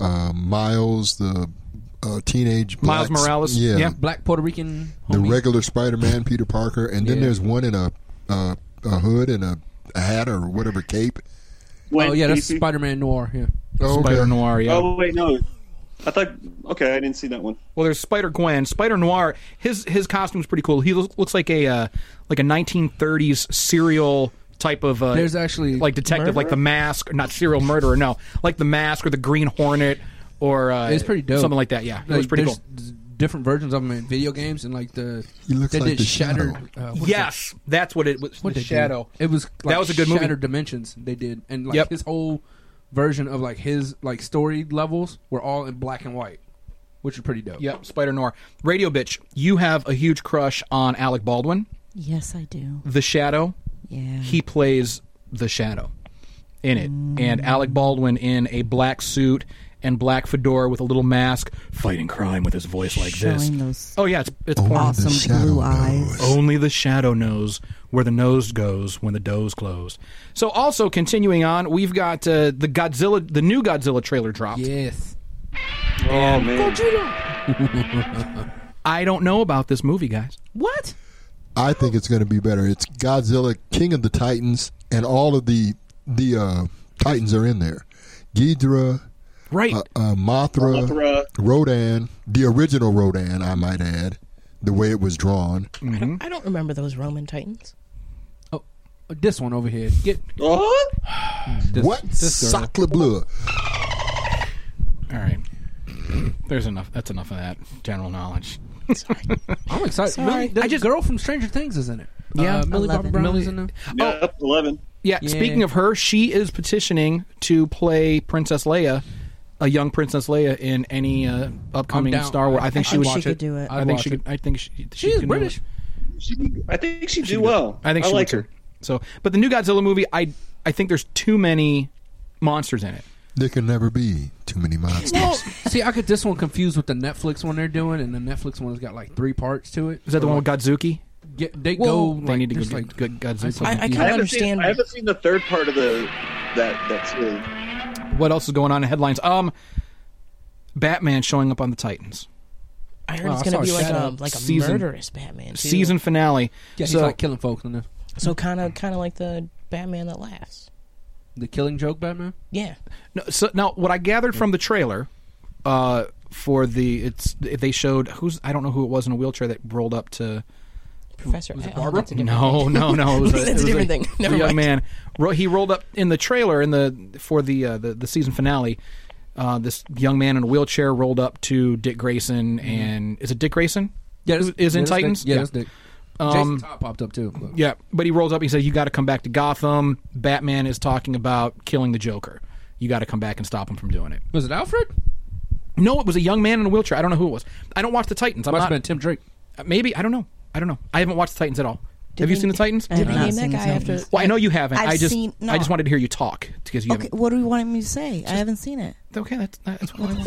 [SPEAKER 7] uh, Miles, the uh, teenage
[SPEAKER 2] Miles
[SPEAKER 7] black-
[SPEAKER 2] Morales.
[SPEAKER 7] yeah,
[SPEAKER 2] Yeah.
[SPEAKER 4] Black Puerto Rican.
[SPEAKER 7] the
[SPEAKER 4] homie.
[SPEAKER 7] regular Spider Man, Peter Parker, and then
[SPEAKER 4] Yeah.
[SPEAKER 7] there's one in a uh, a hood and a, a hat or whatever cape.
[SPEAKER 5] Wait,
[SPEAKER 4] oh yeah, that's
[SPEAKER 5] you-
[SPEAKER 4] Spider-Man Noir. Yeah.
[SPEAKER 7] Oh, okay.
[SPEAKER 2] Spider Noir. Yeah.
[SPEAKER 5] Oh wait, no. I thought. Okay, I didn't see that one.
[SPEAKER 2] Well, there's Spider Gwen, Spider Noir. His his costume's pretty cool. He looks, looks like a uh, like a 1930s serial type of uh,
[SPEAKER 4] There's actually
[SPEAKER 2] like detective, like the mask, not serial murderer, no, like the mask or the Green Hornet or uh,
[SPEAKER 4] It's pretty dope.
[SPEAKER 2] something like that. Yeah, it
[SPEAKER 4] Like,
[SPEAKER 2] was pretty
[SPEAKER 4] there's
[SPEAKER 2] cool.
[SPEAKER 4] d- Different versions of them in video games and like the
[SPEAKER 7] He looks
[SPEAKER 4] they
[SPEAKER 7] like
[SPEAKER 4] did
[SPEAKER 7] the
[SPEAKER 4] Shattered.
[SPEAKER 7] Shadow.
[SPEAKER 4] uh, what is
[SPEAKER 2] Yes, that's what it was.
[SPEAKER 4] that? What
[SPEAKER 2] the
[SPEAKER 4] they did?
[SPEAKER 2] shadow.
[SPEAKER 4] It was like
[SPEAKER 2] That was a good movie.
[SPEAKER 4] Shattered Dimensions. They did and like
[SPEAKER 2] Yep.
[SPEAKER 4] his whole version of like his like story levels were all in black and white, which is pretty dope.
[SPEAKER 2] Yep, Spider Noir. Radio bitch, you have a huge crush on Alec Baldwin,
[SPEAKER 3] Yes, I do.
[SPEAKER 2] the Shadow.
[SPEAKER 3] Yeah.
[SPEAKER 2] he plays the shadow in it and alec baldwin in a black suit and black fedora with a little mask fighting crime with his voice like this
[SPEAKER 3] Showing those
[SPEAKER 2] oh yeah it's, it's
[SPEAKER 7] Only
[SPEAKER 2] porn.
[SPEAKER 7] the
[SPEAKER 3] awesome
[SPEAKER 7] shadow
[SPEAKER 3] blue
[SPEAKER 7] knows.
[SPEAKER 3] eyes.
[SPEAKER 2] only the shadow knows where the nose goes when the dough's closed so also continuing on we've got uh, the godzilla the new godzilla trailer dropped
[SPEAKER 4] Yes.
[SPEAKER 5] Oh man,
[SPEAKER 2] i don't know about this movie guys
[SPEAKER 6] What?
[SPEAKER 7] I think it's going to be better. It's Godzilla, King of the Titans, and all of the the uh, Titans are in there. Ghidra,
[SPEAKER 2] right
[SPEAKER 7] uh, uh, Mothra,
[SPEAKER 5] Mothra.
[SPEAKER 7] Rodan, the original Rodan, I might add, the way it was drawn.
[SPEAKER 6] I, don't, I don't remember those Roman Titans.
[SPEAKER 4] Oh, this one over here. Get
[SPEAKER 5] Oh,
[SPEAKER 4] this,
[SPEAKER 7] What?
[SPEAKER 4] This uh, girl.
[SPEAKER 7] Sacre bleu.
[SPEAKER 2] all right there's enough that's enough of that general knowledge
[SPEAKER 4] I'm excited. Millie, the
[SPEAKER 2] I just-
[SPEAKER 4] girl from Stranger Things is in it.
[SPEAKER 2] Yeah.
[SPEAKER 4] uh, Millie Bobby
[SPEAKER 3] Eleven.
[SPEAKER 4] Brown is in it.
[SPEAKER 5] yep, eleven.
[SPEAKER 2] Yeah,
[SPEAKER 4] Yeah.
[SPEAKER 2] speaking of her, she is petitioning to play Princess Leia, a young Princess Leia in any uh, upcoming
[SPEAKER 4] down.
[SPEAKER 2] Star Wars. I think
[SPEAKER 4] I
[SPEAKER 2] she would.
[SPEAKER 4] think
[SPEAKER 3] she
[SPEAKER 2] watch
[SPEAKER 3] could
[SPEAKER 2] it.
[SPEAKER 3] do it.
[SPEAKER 2] I
[SPEAKER 4] I'd
[SPEAKER 2] think
[SPEAKER 4] watch
[SPEAKER 2] she
[SPEAKER 4] it.
[SPEAKER 2] could. I think she. she
[SPEAKER 4] She's
[SPEAKER 2] can do it.
[SPEAKER 4] British.
[SPEAKER 5] She, I think she do well.
[SPEAKER 2] I think she
[SPEAKER 5] like
[SPEAKER 2] would too. So, but the new Godzilla movie, I I think there's too many monsters in it.
[SPEAKER 7] There can never be too many monsters.
[SPEAKER 4] Well, see, I get this one confused with the Netflix one they're doing, and the Netflix one's got like three parts to it.
[SPEAKER 2] Is that the
[SPEAKER 4] So,
[SPEAKER 2] one with Godzuki?
[SPEAKER 4] Get, they
[SPEAKER 2] Whoa.
[SPEAKER 4] go.
[SPEAKER 2] They
[SPEAKER 4] like,
[SPEAKER 2] need to go
[SPEAKER 4] there's,
[SPEAKER 2] get
[SPEAKER 4] like,
[SPEAKER 2] good Godzilla.
[SPEAKER 4] I'm so
[SPEAKER 6] I- I
[SPEAKER 4] confused.
[SPEAKER 6] kinda-
[SPEAKER 5] I haven't, seen,
[SPEAKER 6] understand.
[SPEAKER 5] I haven't seen the third part of the that that's really
[SPEAKER 2] What else is going on in headlines? Um, Batman showing up on the Titans
[SPEAKER 6] I heard
[SPEAKER 4] Well,
[SPEAKER 6] it's
[SPEAKER 4] I
[SPEAKER 6] gonna
[SPEAKER 4] saw
[SPEAKER 6] be like
[SPEAKER 4] Shadow
[SPEAKER 6] a like a
[SPEAKER 2] season-
[SPEAKER 6] murderous Batman too.
[SPEAKER 2] season finale.
[SPEAKER 4] Yeah, he's
[SPEAKER 2] so
[SPEAKER 4] like killing folks in this.
[SPEAKER 6] So kind of kind of like the Batman that laughs.
[SPEAKER 4] The Killing Joke Batman.
[SPEAKER 6] Yeah.
[SPEAKER 2] No, so now what I gathered from the trailer uh, for the it's they showed who's I don't know who it was in a wheelchair that rolled up to
[SPEAKER 6] Professor
[SPEAKER 4] Was it
[SPEAKER 6] oh,
[SPEAKER 4] Barbara?
[SPEAKER 6] that's a different thing.
[SPEAKER 2] no no no it was a,
[SPEAKER 6] That's a
[SPEAKER 2] it was
[SPEAKER 6] different thing.
[SPEAKER 2] a
[SPEAKER 6] Never
[SPEAKER 2] young
[SPEAKER 6] mind.
[SPEAKER 2] man ro- he rolled up in the trailer in the for the uh, the, the season finale. Uh, this young man in a wheelchair rolled up to Dick Grayson,
[SPEAKER 6] Mm-hmm.
[SPEAKER 2] and is it Dick Grayson? Who
[SPEAKER 4] that's-
[SPEAKER 2] is in
[SPEAKER 4] that's Dick.
[SPEAKER 2] Titans. Um,
[SPEAKER 4] Yeah, that's Dick. Jason Todd popped up too. but-
[SPEAKER 2] Yeah, but he rolls up. He says, "You got to come back to Gotham." Batman is talking about killing the Joker. You got to come back and stop him from doing it.
[SPEAKER 4] Was it Alfred?
[SPEAKER 2] No, it was a young man in a wheelchair. I don't know who it was. I don't watch the Titans. I'm
[SPEAKER 4] Must
[SPEAKER 2] not,
[SPEAKER 4] have been Tim Drake.
[SPEAKER 2] maybe I don't know. I don't know. I haven't watched the Titans at all. have you
[SPEAKER 6] they-
[SPEAKER 2] seen the Titans?
[SPEAKER 3] I have
[SPEAKER 6] Did they
[SPEAKER 3] not
[SPEAKER 6] name
[SPEAKER 3] seen
[SPEAKER 6] that
[SPEAKER 3] the
[SPEAKER 6] guy after?
[SPEAKER 3] Titans.
[SPEAKER 2] Well, I know you haven't.
[SPEAKER 3] I've
[SPEAKER 2] I just
[SPEAKER 3] seen- no.
[SPEAKER 2] I just wanted to hear you talk because you
[SPEAKER 3] Okay, what do you want me to say? I haven't seen it,
[SPEAKER 2] haven't. Okay, that's that's what I want.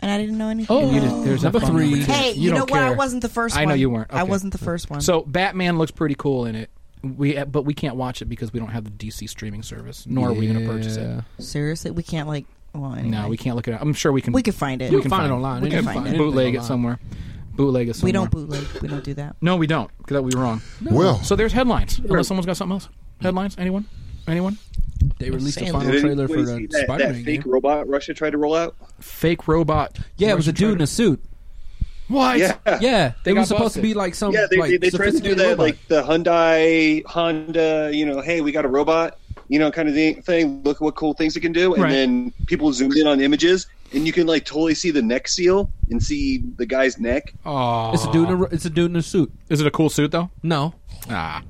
[SPEAKER 3] and I didn't know anything.
[SPEAKER 2] Oh, You did- there's
[SPEAKER 4] Oh. Number
[SPEAKER 2] a phone
[SPEAKER 4] three.
[SPEAKER 2] number.
[SPEAKER 3] Hey, you,
[SPEAKER 2] don't
[SPEAKER 3] know what? I
[SPEAKER 2] care.
[SPEAKER 3] wasn't the first.
[SPEAKER 2] I know
[SPEAKER 3] one.
[SPEAKER 2] you weren't.
[SPEAKER 3] I
[SPEAKER 2] Okay.
[SPEAKER 3] wasn't the first one.
[SPEAKER 2] So Batman looks pretty cool in it. We but we can't watch it because we don't have the DC streaming service, nor are we going to purchase
[SPEAKER 4] Yeah.
[SPEAKER 2] it.
[SPEAKER 3] seriously, we can't like. Well, anyway.
[SPEAKER 2] No, we can't look it up. I'm sure we can.
[SPEAKER 3] We could find it.
[SPEAKER 2] We
[SPEAKER 4] can find it online.
[SPEAKER 2] We
[SPEAKER 4] You
[SPEAKER 2] can
[SPEAKER 4] can find
[SPEAKER 2] find
[SPEAKER 4] it.
[SPEAKER 2] bootleg it
[SPEAKER 4] Anything
[SPEAKER 2] somewhere. Bootleg it somewhere.
[SPEAKER 3] We don't bootleg. We don't do that.
[SPEAKER 2] No, we don't. Because that would be wrong.
[SPEAKER 7] Well,
[SPEAKER 2] So there's headlines. Unless someone's got something else. Headlines? Anyone? Anyone?
[SPEAKER 4] They released the
[SPEAKER 6] Sandler.
[SPEAKER 4] final
[SPEAKER 5] Did
[SPEAKER 4] trailer for
[SPEAKER 5] anybody
[SPEAKER 4] the
[SPEAKER 5] see that, that
[SPEAKER 4] Spider-Man
[SPEAKER 5] fake
[SPEAKER 4] game.
[SPEAKER 5] robot Russia tried to roll out.
[SPEAKER 2] Fake robot.
[SPEAKER 4] Yeah, it was a dude in a suit.
[SPEAKER 2] What?
[SPEAKER 5] Yeah,
[SPEAKER 4] Yeah,
[SPEAKER 2] They
[SPEAKER 4] it was
[SPEAKER 2] got
[SPEAKER 4] supposed
[SPEAKER 2] busted.
[SPEAKER 4] to be like some.
[SPEAKER 5] yeah. They,
[SPEAKER 4] like,
[SPEAKER 5] they, they tried to do
[SPEAKER 4] sophisticated
[SPEAKER 5] that,
[SPEAKER 4] robot.
[SPEAKER 5] like the Hyundai, Honda. You know, hey, we got a robot. you know, kind of thi- thing. Look at what cool things it can do, and
[SPEAKER 2] Right.
[SPEAKER 5] then people zoomed in on images, and you can like totally see the neck seal and see the guy's neck.
[SPEAKER 2] Oh,
[SPEAKER 4] It's a dude. In a, it's a dude in a suit.
[SPEAKER 2] is it a cool suit though?
[SPEAKER 4] No,
[SPEAKER 2] Ah,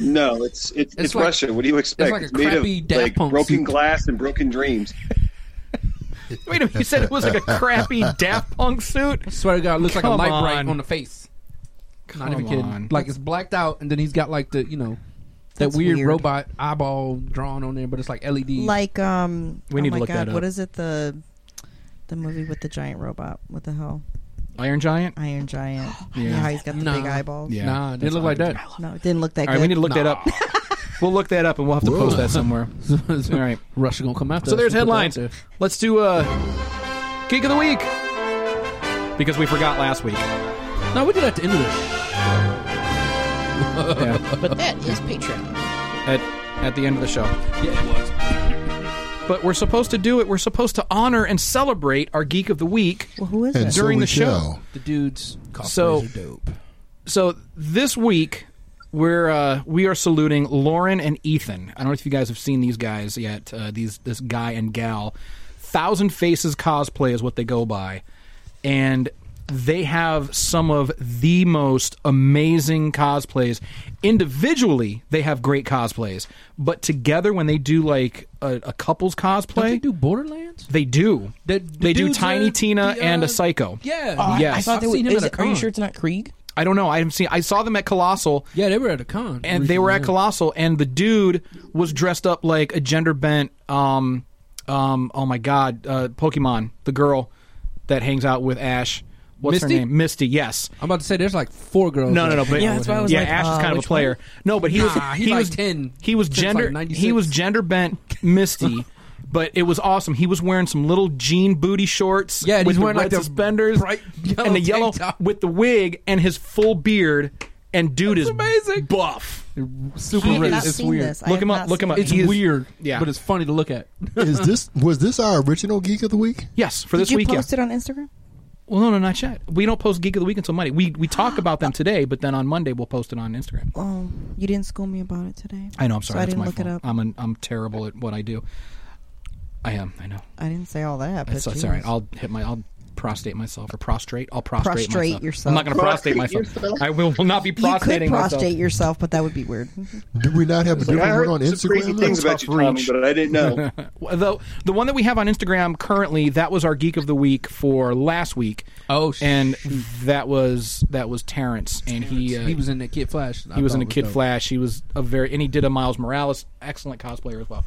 [SPEAKER 5] No, it's it's, it's,
[SPEAKER 4] like-
[SPEAKER 5] Russia. What do you expect?
[SPEAKER 4] like a crappy
[SPEAKER 5] made
[SPEAKER 4] Daft
[SPEAKER 5] of like
[SPEAKER 4] Punk
[SPEAKER 5] broken
[SPEAKER 4] suit.
[SPEAKER 5] glass and broken dreams.
[SPEAKER 2] wait a minute. You said it was like a crappy Daft Punk suit.
[SPEAKER 4] swear to God, it looks
[SPEAKER 2] Come
[SPEAKER 4] like a light bright
[SPEAKER 2] on.
[SPEAKER 4] on the face. Not
[SPEAKER 2] Come
[SPEAKER 4] even kidding.
[SPEAKER 2] on.
[SPEAKER 4] Like it's blacked out, and then he's got like the you know that
[SPEAKER 3] That's
[SPEAKER 4] weird,
[SPEAKER 3] weird.
[SPEAKER 4] robot eyeball drawn on there, but it's like E LED.
[SPEAKER 3] Like um,
[SPEAKER 2] We
[SPEAKER 3] oh
[SPEAKER 2] need to
[SPEAKER 3] my
[SPEAKER 2] look
[SPEAKER 3] God,
[SPEAKER 2] that up.
[SPEAKER 3] What is it? The the movie with the giant robot. What the hell?
[SPEAKER 2] Iron Giant.
[SPEAKER 3] Iron Giant. yeah.
[SPEAKER 2] Yeah.
[SPEAKER 3] how he's got the
[SPEAKER 4] Nah.
[SPEAKER 3] big eyeballs.
[SPEAKER 2] Yeah.
[SPEAKER 4] nah, it
[SPEAKER 2] that's
[SPEAKER 4] didn't look like that.
[SPEAKER 3] No, it didn't look that
[SPEAKER 2] All
[SPEAKER 3] good.
[SPEAKER 2] right, we need to look that
[SPEAKER 4] Nah.
[SPEAKER 2] up. We'll look that up and we'll have to
[SPEAKER 7] Whoa.
[SPEAKER 2] post that somewhere. All right.
[SPEAKER 4] Russia gonna come after.
[SPEAKER 2] So
[SPEAKER 4] us
[SPEAKER 2] there's
[SPEAKER 4] and put that
[SPEAKER 2] headlines.
[SPEAKER 4] out
[SPEAKER 2] Let's do uh, geek of the week because we forgot last week.
[SPEAKER 4] there. No, we did that at the end of this.
[SPEAKER 2] Yeah,
[SPEAKER 6] But that is Patreon.
[SPEAKER 2] at at the end of the show.
[SPEAKER 4] Yeah, it was.
[SPEAKER 2] But we're supposed to do it. We're supposed to honor and celebrate our geek of the week.
[SPEAKER 3] Well, who is
[SPEAKER 7] And
[SPEAKER 3] it?
[SPEAKER 7] so
[SPEAKER 2] During
[SPEAKER 7] we
[SPEAKER 2] the show.
[SPEAKER 7] shall.
[SPEAKER 4] The dudes cosplays
[SPEAKER 2] So-
[SPEAKER 4] are dope.
[SPEAKER 2] So this week we're uh, we are saluting Lauren and Ethan. I don't know if you guys have seen these guys yet. Uh, these this guy and gal, Thousand Faces cosplay is what they go by, and they have some of the most amazing cosplays. Individually, they have great cosplays, but together when they do like a, a couple's
[SPEAKER 4] Don't
[SPEAKER 2] cosplay,
[SPEAKER 4] they do Borderlands?
[SPEAKER 2] they do.
[SPEAKER 4] The- the
[SPEAKER 2] they do
[SPEAKER 4] dudes
[SPEAKER 2] Tiny
[SPEAKER 4] are
[SPEAKER 2] Tina
[SPEAKER 4] the,
[SPEAKER 2] and
[SPEAKER 4] uh,
[SPEAKER 2] a Psycho.
[SPEAKER 4] Yeah.
[SPEAKER 6] Oh, I-
[SPEAKER 2] Yes.
[SPEAKER 6] I thought they
[SPEAKER 4] I've
[SPEAKER 6] were.
[SPEAKER 4] seen him
[SPEAKER 6] Is
[SPEAKER 4] at a
[SPEAKER 6] it, are you
[SPEAKER 4] con.
[SPEAKER 6] sure it's not Krieg?
[SPEAKER 2] I don't know. I haven't seen. I saw them at Colossal.
[SPEAKER 4] Yeah, they were at a con,
[SPEAKER 2] and they were at
[SPEAKER 4] recently,
[SPEAKER 2] Colossal, and the dude was dressed up like a gender bent, um, um, oh my god, uh, Pokemon, the girl that hangs out with Ash. What's
[SPEAKER 4] Misty?
[SPEAKER 2] her name? Misty. Yes.
[SPEAKER 4] yeah. I'm about to say there's like four girls.
[SPEAKER 2] No, no,
[SPEAKER 4] that
[SPEAKER 2] no.
[SPEAKER 4] hang
[SPEAKER 2] But
[SPEAKER 4] out
[SPEAKER 6] Yeah,
[SPEAKER 4] with
[SPEAKER 6] that's why I
[SPEAKER 4] him.
[SPEAKER 6] was
[SPEAKER 2] yeah,
[SPEAKER 6] like,
[SPEAKER 2] Ash is
[SPEAKER 6] uh,
[SPEAKER 2] kind of a
[SPEAKER 6] which
[SPEAKER 2] player.
[SPEAKER 6] one?
[SPEAKER 2] No, but he was
[SPEAKER 4] Nah, he's
[SPEAKER 2] he
[SPEAKER 4] like
[SPEAKER 2] was
[SPEAKER 4] 10,
[SPEAKER 2] He was
[SPEAKER 4] since like
[SPEAKER 2] gender. he
[SPEAKER 4] 96.
[SPEAKER 2] was gender bent. Misty. But it was awesome. He was wearing some little jean booty shorts.
[SPEAKER 4] Yeah, and
[SPEAKER 2] with
[SPEAKER 4] he's wearing,
[SPEAKER 2] the
[SPEAKER 4] like,
[SPEAKER 2] red
[SPEAKER 4] the
[SPEAKER 2] suspenders
[SPEAKER 4] bright yellow
[SPEAKER 2] and the
[SPEAKER 4] tank
[SPEAKER 2] yellow
[SPEAKER 4] top.
[SPEAKER 2] with the wig and his full beard. And dude is
[SPEAKER 4] amazing.
[SPEAKER 2] buff.
[SPEAKER 4] super
[SPEAKER 3] I have
[SPEAKER 4] rich.
[SPEAKER 3] not
[SPEAKER 4] It's
[SPEAKER 3] seen
[SPEAKER 4] weird.
[SPEAKER 3] this. I
[SPEAKER 2] Look
[SPEAKER 3] have
[SPEAKER 2] him up,
[SPEAKER 3] not
[SPEAKER 2] look him
[SPEAKER 3] seen
[SPEAKER 2] up.
[SPEAKER 3] this.
[SPEAKER 4] It's
[SPEAKER 2] He is-
[SPEAKER 4] weird,
[SPEAKER 2] yeah.
[SPEAKER 4] but it's funny to look at.
[SPEAKER 7] Is this was this our original geek of the week?
[SPEAKER 2] Yes, for
[SPEAKER 3] Did
[SPEAKER 2] this
[SPEAKER 3] you
[SPEAKER 2] week. yeah.
[SPEAKER 3] post it on Instagram?
[SPEAKER 2] Well, no, no, not yet. We don't post Geek of the Week until Monday. We we talk about them today, but then on Monday we'll post it on Instagram.
[SPEAKER 3] Oh, you didn't school me about it today.
[SPEAKER 2] I know. I'm sorry.
[SPEAKER 3] So I
[SPEAKER 2] that's
[SPEAKER 3] didn't
[SPEAKER 2] my
[SPEAKER 3] look
[SPEAKER 2] fault.
[SPEAKER 3] it up.
[SPEAKER 2] I'm an, I'm terrible at what I do. I am. I know.
[SPEAKER 3] I didn't say all that. But
[SPEAKER 2] It's, it's
[SPEAKER 3] geez.
[SPEAKER 2] all right. I'll hit my. I'll prostate myself or prostrate. I'll prostrate,
[SPEAKER 3] Prostrate
[SPEAKER 2] myself.
[SPEAKER 3] yourself.
[SPEAKER 2] I'm not going to prostrate myself. I will, will not be
[SPEAKER 3] You could
[SPEAKER 2] prostrating
[SPEAKER 3] prostrate
[SPEAKER 2] myself.
[SPEAKER 3] yourself, but that would be weird.
[SPEAKER 7] Do we not have a
[SPEAKER 5] Like, I
[SPEAKER 7] different
[SPEAKER 5] heard
[SPEAKER 7] one on
[SPEAKER 5] some crazy
[SPEAKER 7] Instagram?
[SPEAKER 5] things about
[SPEAKER 2] Tough
[SPEAKER 5] you, Tommy,
[SPEAKER 2] reach.
[SPEAKER 5] but I didn't know.
[SPEAKER 2] The the one that we have on Instagram currently that was our Geek of the Week for last week.
[SPEAKER 4] Oh, shoot.
[SPEAKER 2] and that was that was Terrence, and he uh,
[SPEAKER 4] he was in the Kid Flash.
[SPEAKER 2] He was in a Kid Flash. He was a very and he did a Miles Morales, excellent cosplayer as well.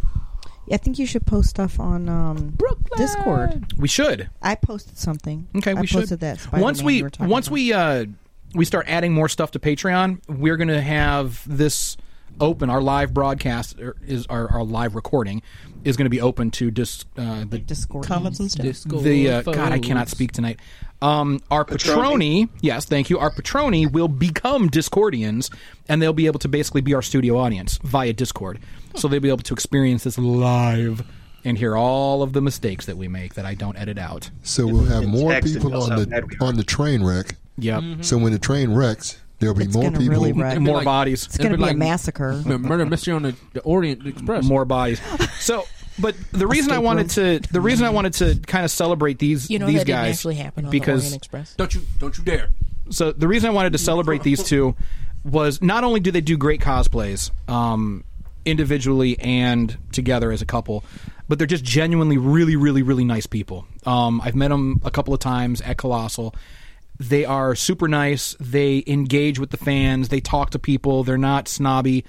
[SPEAKER 3] I think you should post stuff on um, Discord.
[SPEAKER 2] We should
[SPEAKER 3] I posted something.
[SPEAKER 2] okay.
[SPEAKER 3] I
[SPEAKER 2] we
[SPEAKER 3] posted
[SPEAKER 2] should
[SPEAKER 3] that. Spider-Man
[SPEAKER 2] once we
[SPEAKER 3] you were talking
[SPEAKER 2] once
[SPEAKER 3] about.
[SPEAKER 2] we uh we start adding more stuff to Patreon, we're gonna have this open. Our live broadcast or is our, our live recording is gonna be open to dis uh, the
[SPEAKER 3] Discord
[SPEAKER 6] Comments and stuff.
[SPEAKER 2] the uh, God I cannot speak tonight. Um, our Patroni. yes, thank you. Our Patroni will become Discordians, and they'll be able to basically be our studio audience via Discord. So they'll be able to experience this live and hear all of the mistakes that we make that I don't edit out.
[SPEAKER 7] So we'll have
[SPEAKER 5] It's
[SPEAKER 7] more
[SPEAKER 5] text and
[SPEAKER 7] people
[SPEAKER 5] tells
[SPEAKER 7] on
[SPEAKER 5] how
[SPEAKER 7] the
[SPEAKER 5] bad we are.
[SPEAKER 7] on the train wreck.
[SPEAKER 2] Yep,
[SPEAKER 7] So when the train wrecks, there'll be
[SPEAKER 3] Mm-hmm. It's
[SPEAKER 7] more
[SPEAKER 3] gonna
[SPEAKER 7] people.
[SPEAKER 3] really wreck.
[SPEAKER 2] and more
[SPEAKER 4] Like-
[SPEAKER 2] bodies.
[SPEAKER 3] It's going to
[SPEAKER 4] It'd
[SPEAKER 3] be
[SPEAKER 4] be
[SPEAKER 3] a
[SPEAKER 4] like-
[SPEAKER 3] massacre.
[SPEAKER 4] Murder mystery on the, the Orient Express.
[SPEAKER 2] more bodies. So, but the reason I wanted to the reason I wanted to kind of celebrate these
[SPEAKER 6] You know
[SPEAKER 2] these
[SPEAKER 6] that
[SPEAKER 2] guys
[SPEAKER 6] didn't actually happen on
[SPEAKER 2] because
[SPEAKER 6] the Orient Express.
[SPEAKER 4] Don't you don't you dare.
[SPEAKER 2] so the reason I wanted to celebrate these two was not only do they do great cosplays um, individually and together as a couple, but they're just genuinely really, really, really nice people. Um, I've met them a couple of times at Colossal. They are super nice. They engage with the fans. They talk to people. They're not snobby.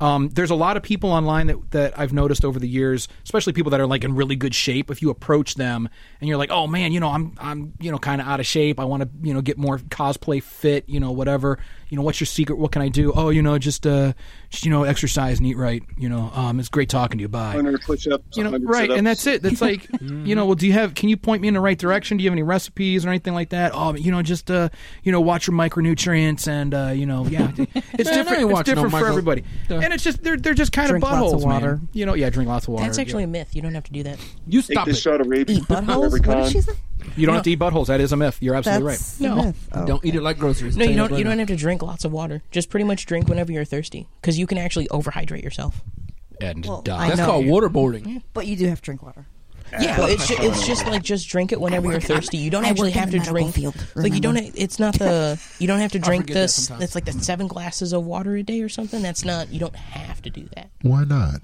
[SPEAKER 2] Um, there's a lot of people online that, that I've noticed over the years, especially people that are like in really good shape. If you approach them and you're like, "Oh man, you know, I'm I'm you know kind of out of shape. I want to you know get more cosplay fit, you know, whatever. You know, what's your secret? What can I do? Oh, you know, just uh, just, you know, exercise and eat right. You know, um, it's great talking to you. Bye.
[SPEAKER 5] 100 push-ups,
[SPEAKER 2] You know,
[SPEAKER 5] 100
[SPEAKER 2] right, and
[SPEAKER 5] sit-ups.
[SPEAKER 2] that's it. That's like, you know, well, do you have? Can you point me in the right direction? Do you have any recipes or anything like that? Oh, you know, just uh, you know, watch your micronutrients and uh, you know, yeah, it's
[SPEAKER 4] I ain't
[SPEAKER 2] different. It's
[SPEAKER 4] watching no
[SPEAKER 2] different for
[SPEAKER 4] micro-
[SPEAKER 2] everybody,
[SPEAKER 4] Duh.
[SPEAKER 2] and it's just they're they're just kind
[SPEAKER 3] Drink
[SPEAKER 2] of
[SPEAKER 3] lots
[SPEAKER 2] buttholes,
[SPEAKER 3] of water.
[SPEAKER 2] man. You know, yeah, drink lots of water.
[SPEAKER 6] That's actually
[SPEAKER 2] yeah.
[SPEAKER 6] a myth. You don't have to do that.
[SPEAKER 4] You
[SPEAKER 5] Take
[SPEAKER 4] stop
[SPEAKER 5] this
[SPEAKER 4] it.
[SPEAKER 5] shot of rabies.
[SPEAKER 3] Eat buttholes? What did she say?
[SPEAKER 2] you don't have to eat buttholes. That is a myth. You're absolutely
[SPEAKER 3] That's
[SPEAKER 2] right.
[SPEAKER 3] the myth. Oh.
[SPEAKER 4] Don't eat it like groceries.
[SPEAKER 6] No, you
[SPEAKER 4] Tell
[SPEAKER 6] don't. You
[SPEAKER 4] right
[SPEAKER 6] don't have to drink lots of water. Just pretty much drink whenever you're thirsty, because you can actually overhydrate yourself.
[SPEAKER 2] and
[SPEAKER 3] Well, I
[SPEAKER 2] die.
[SPEAKER 4] That's
[SPEAKER 3] know.
[SPEAKER 4] called waterboarding.
[SPEAKER 3] But you do have to drink water.
[SPEAKER 6] Yeah, well, it's ju- it's just like just drink it whenever you're thirsty. You don't
[SPEAKER 3] I
[SPEAKER 6] actually
[SPEAKER 3] work in
[SPEAKER 6] have
[SPEAKER 3] the
[SPEAKER 6] to
[SPEAKER 3] medical
[SPEAKER 6] drink.
[SPEAKER 3] field,
[SPEAKER 6] like you don't.
[SPEAKER 3] remember?
[SPEAKER 6] It's not the. You don't have to drink
[SPEAKER 4] forget that
[SPEAKER 6] this.
[SPEAKER 4] sometimes.
[SPEAKER 6] It's like the seven glasses of water a day or something. That's not. You don't have to do that.
[SPEAKER 7] Why not?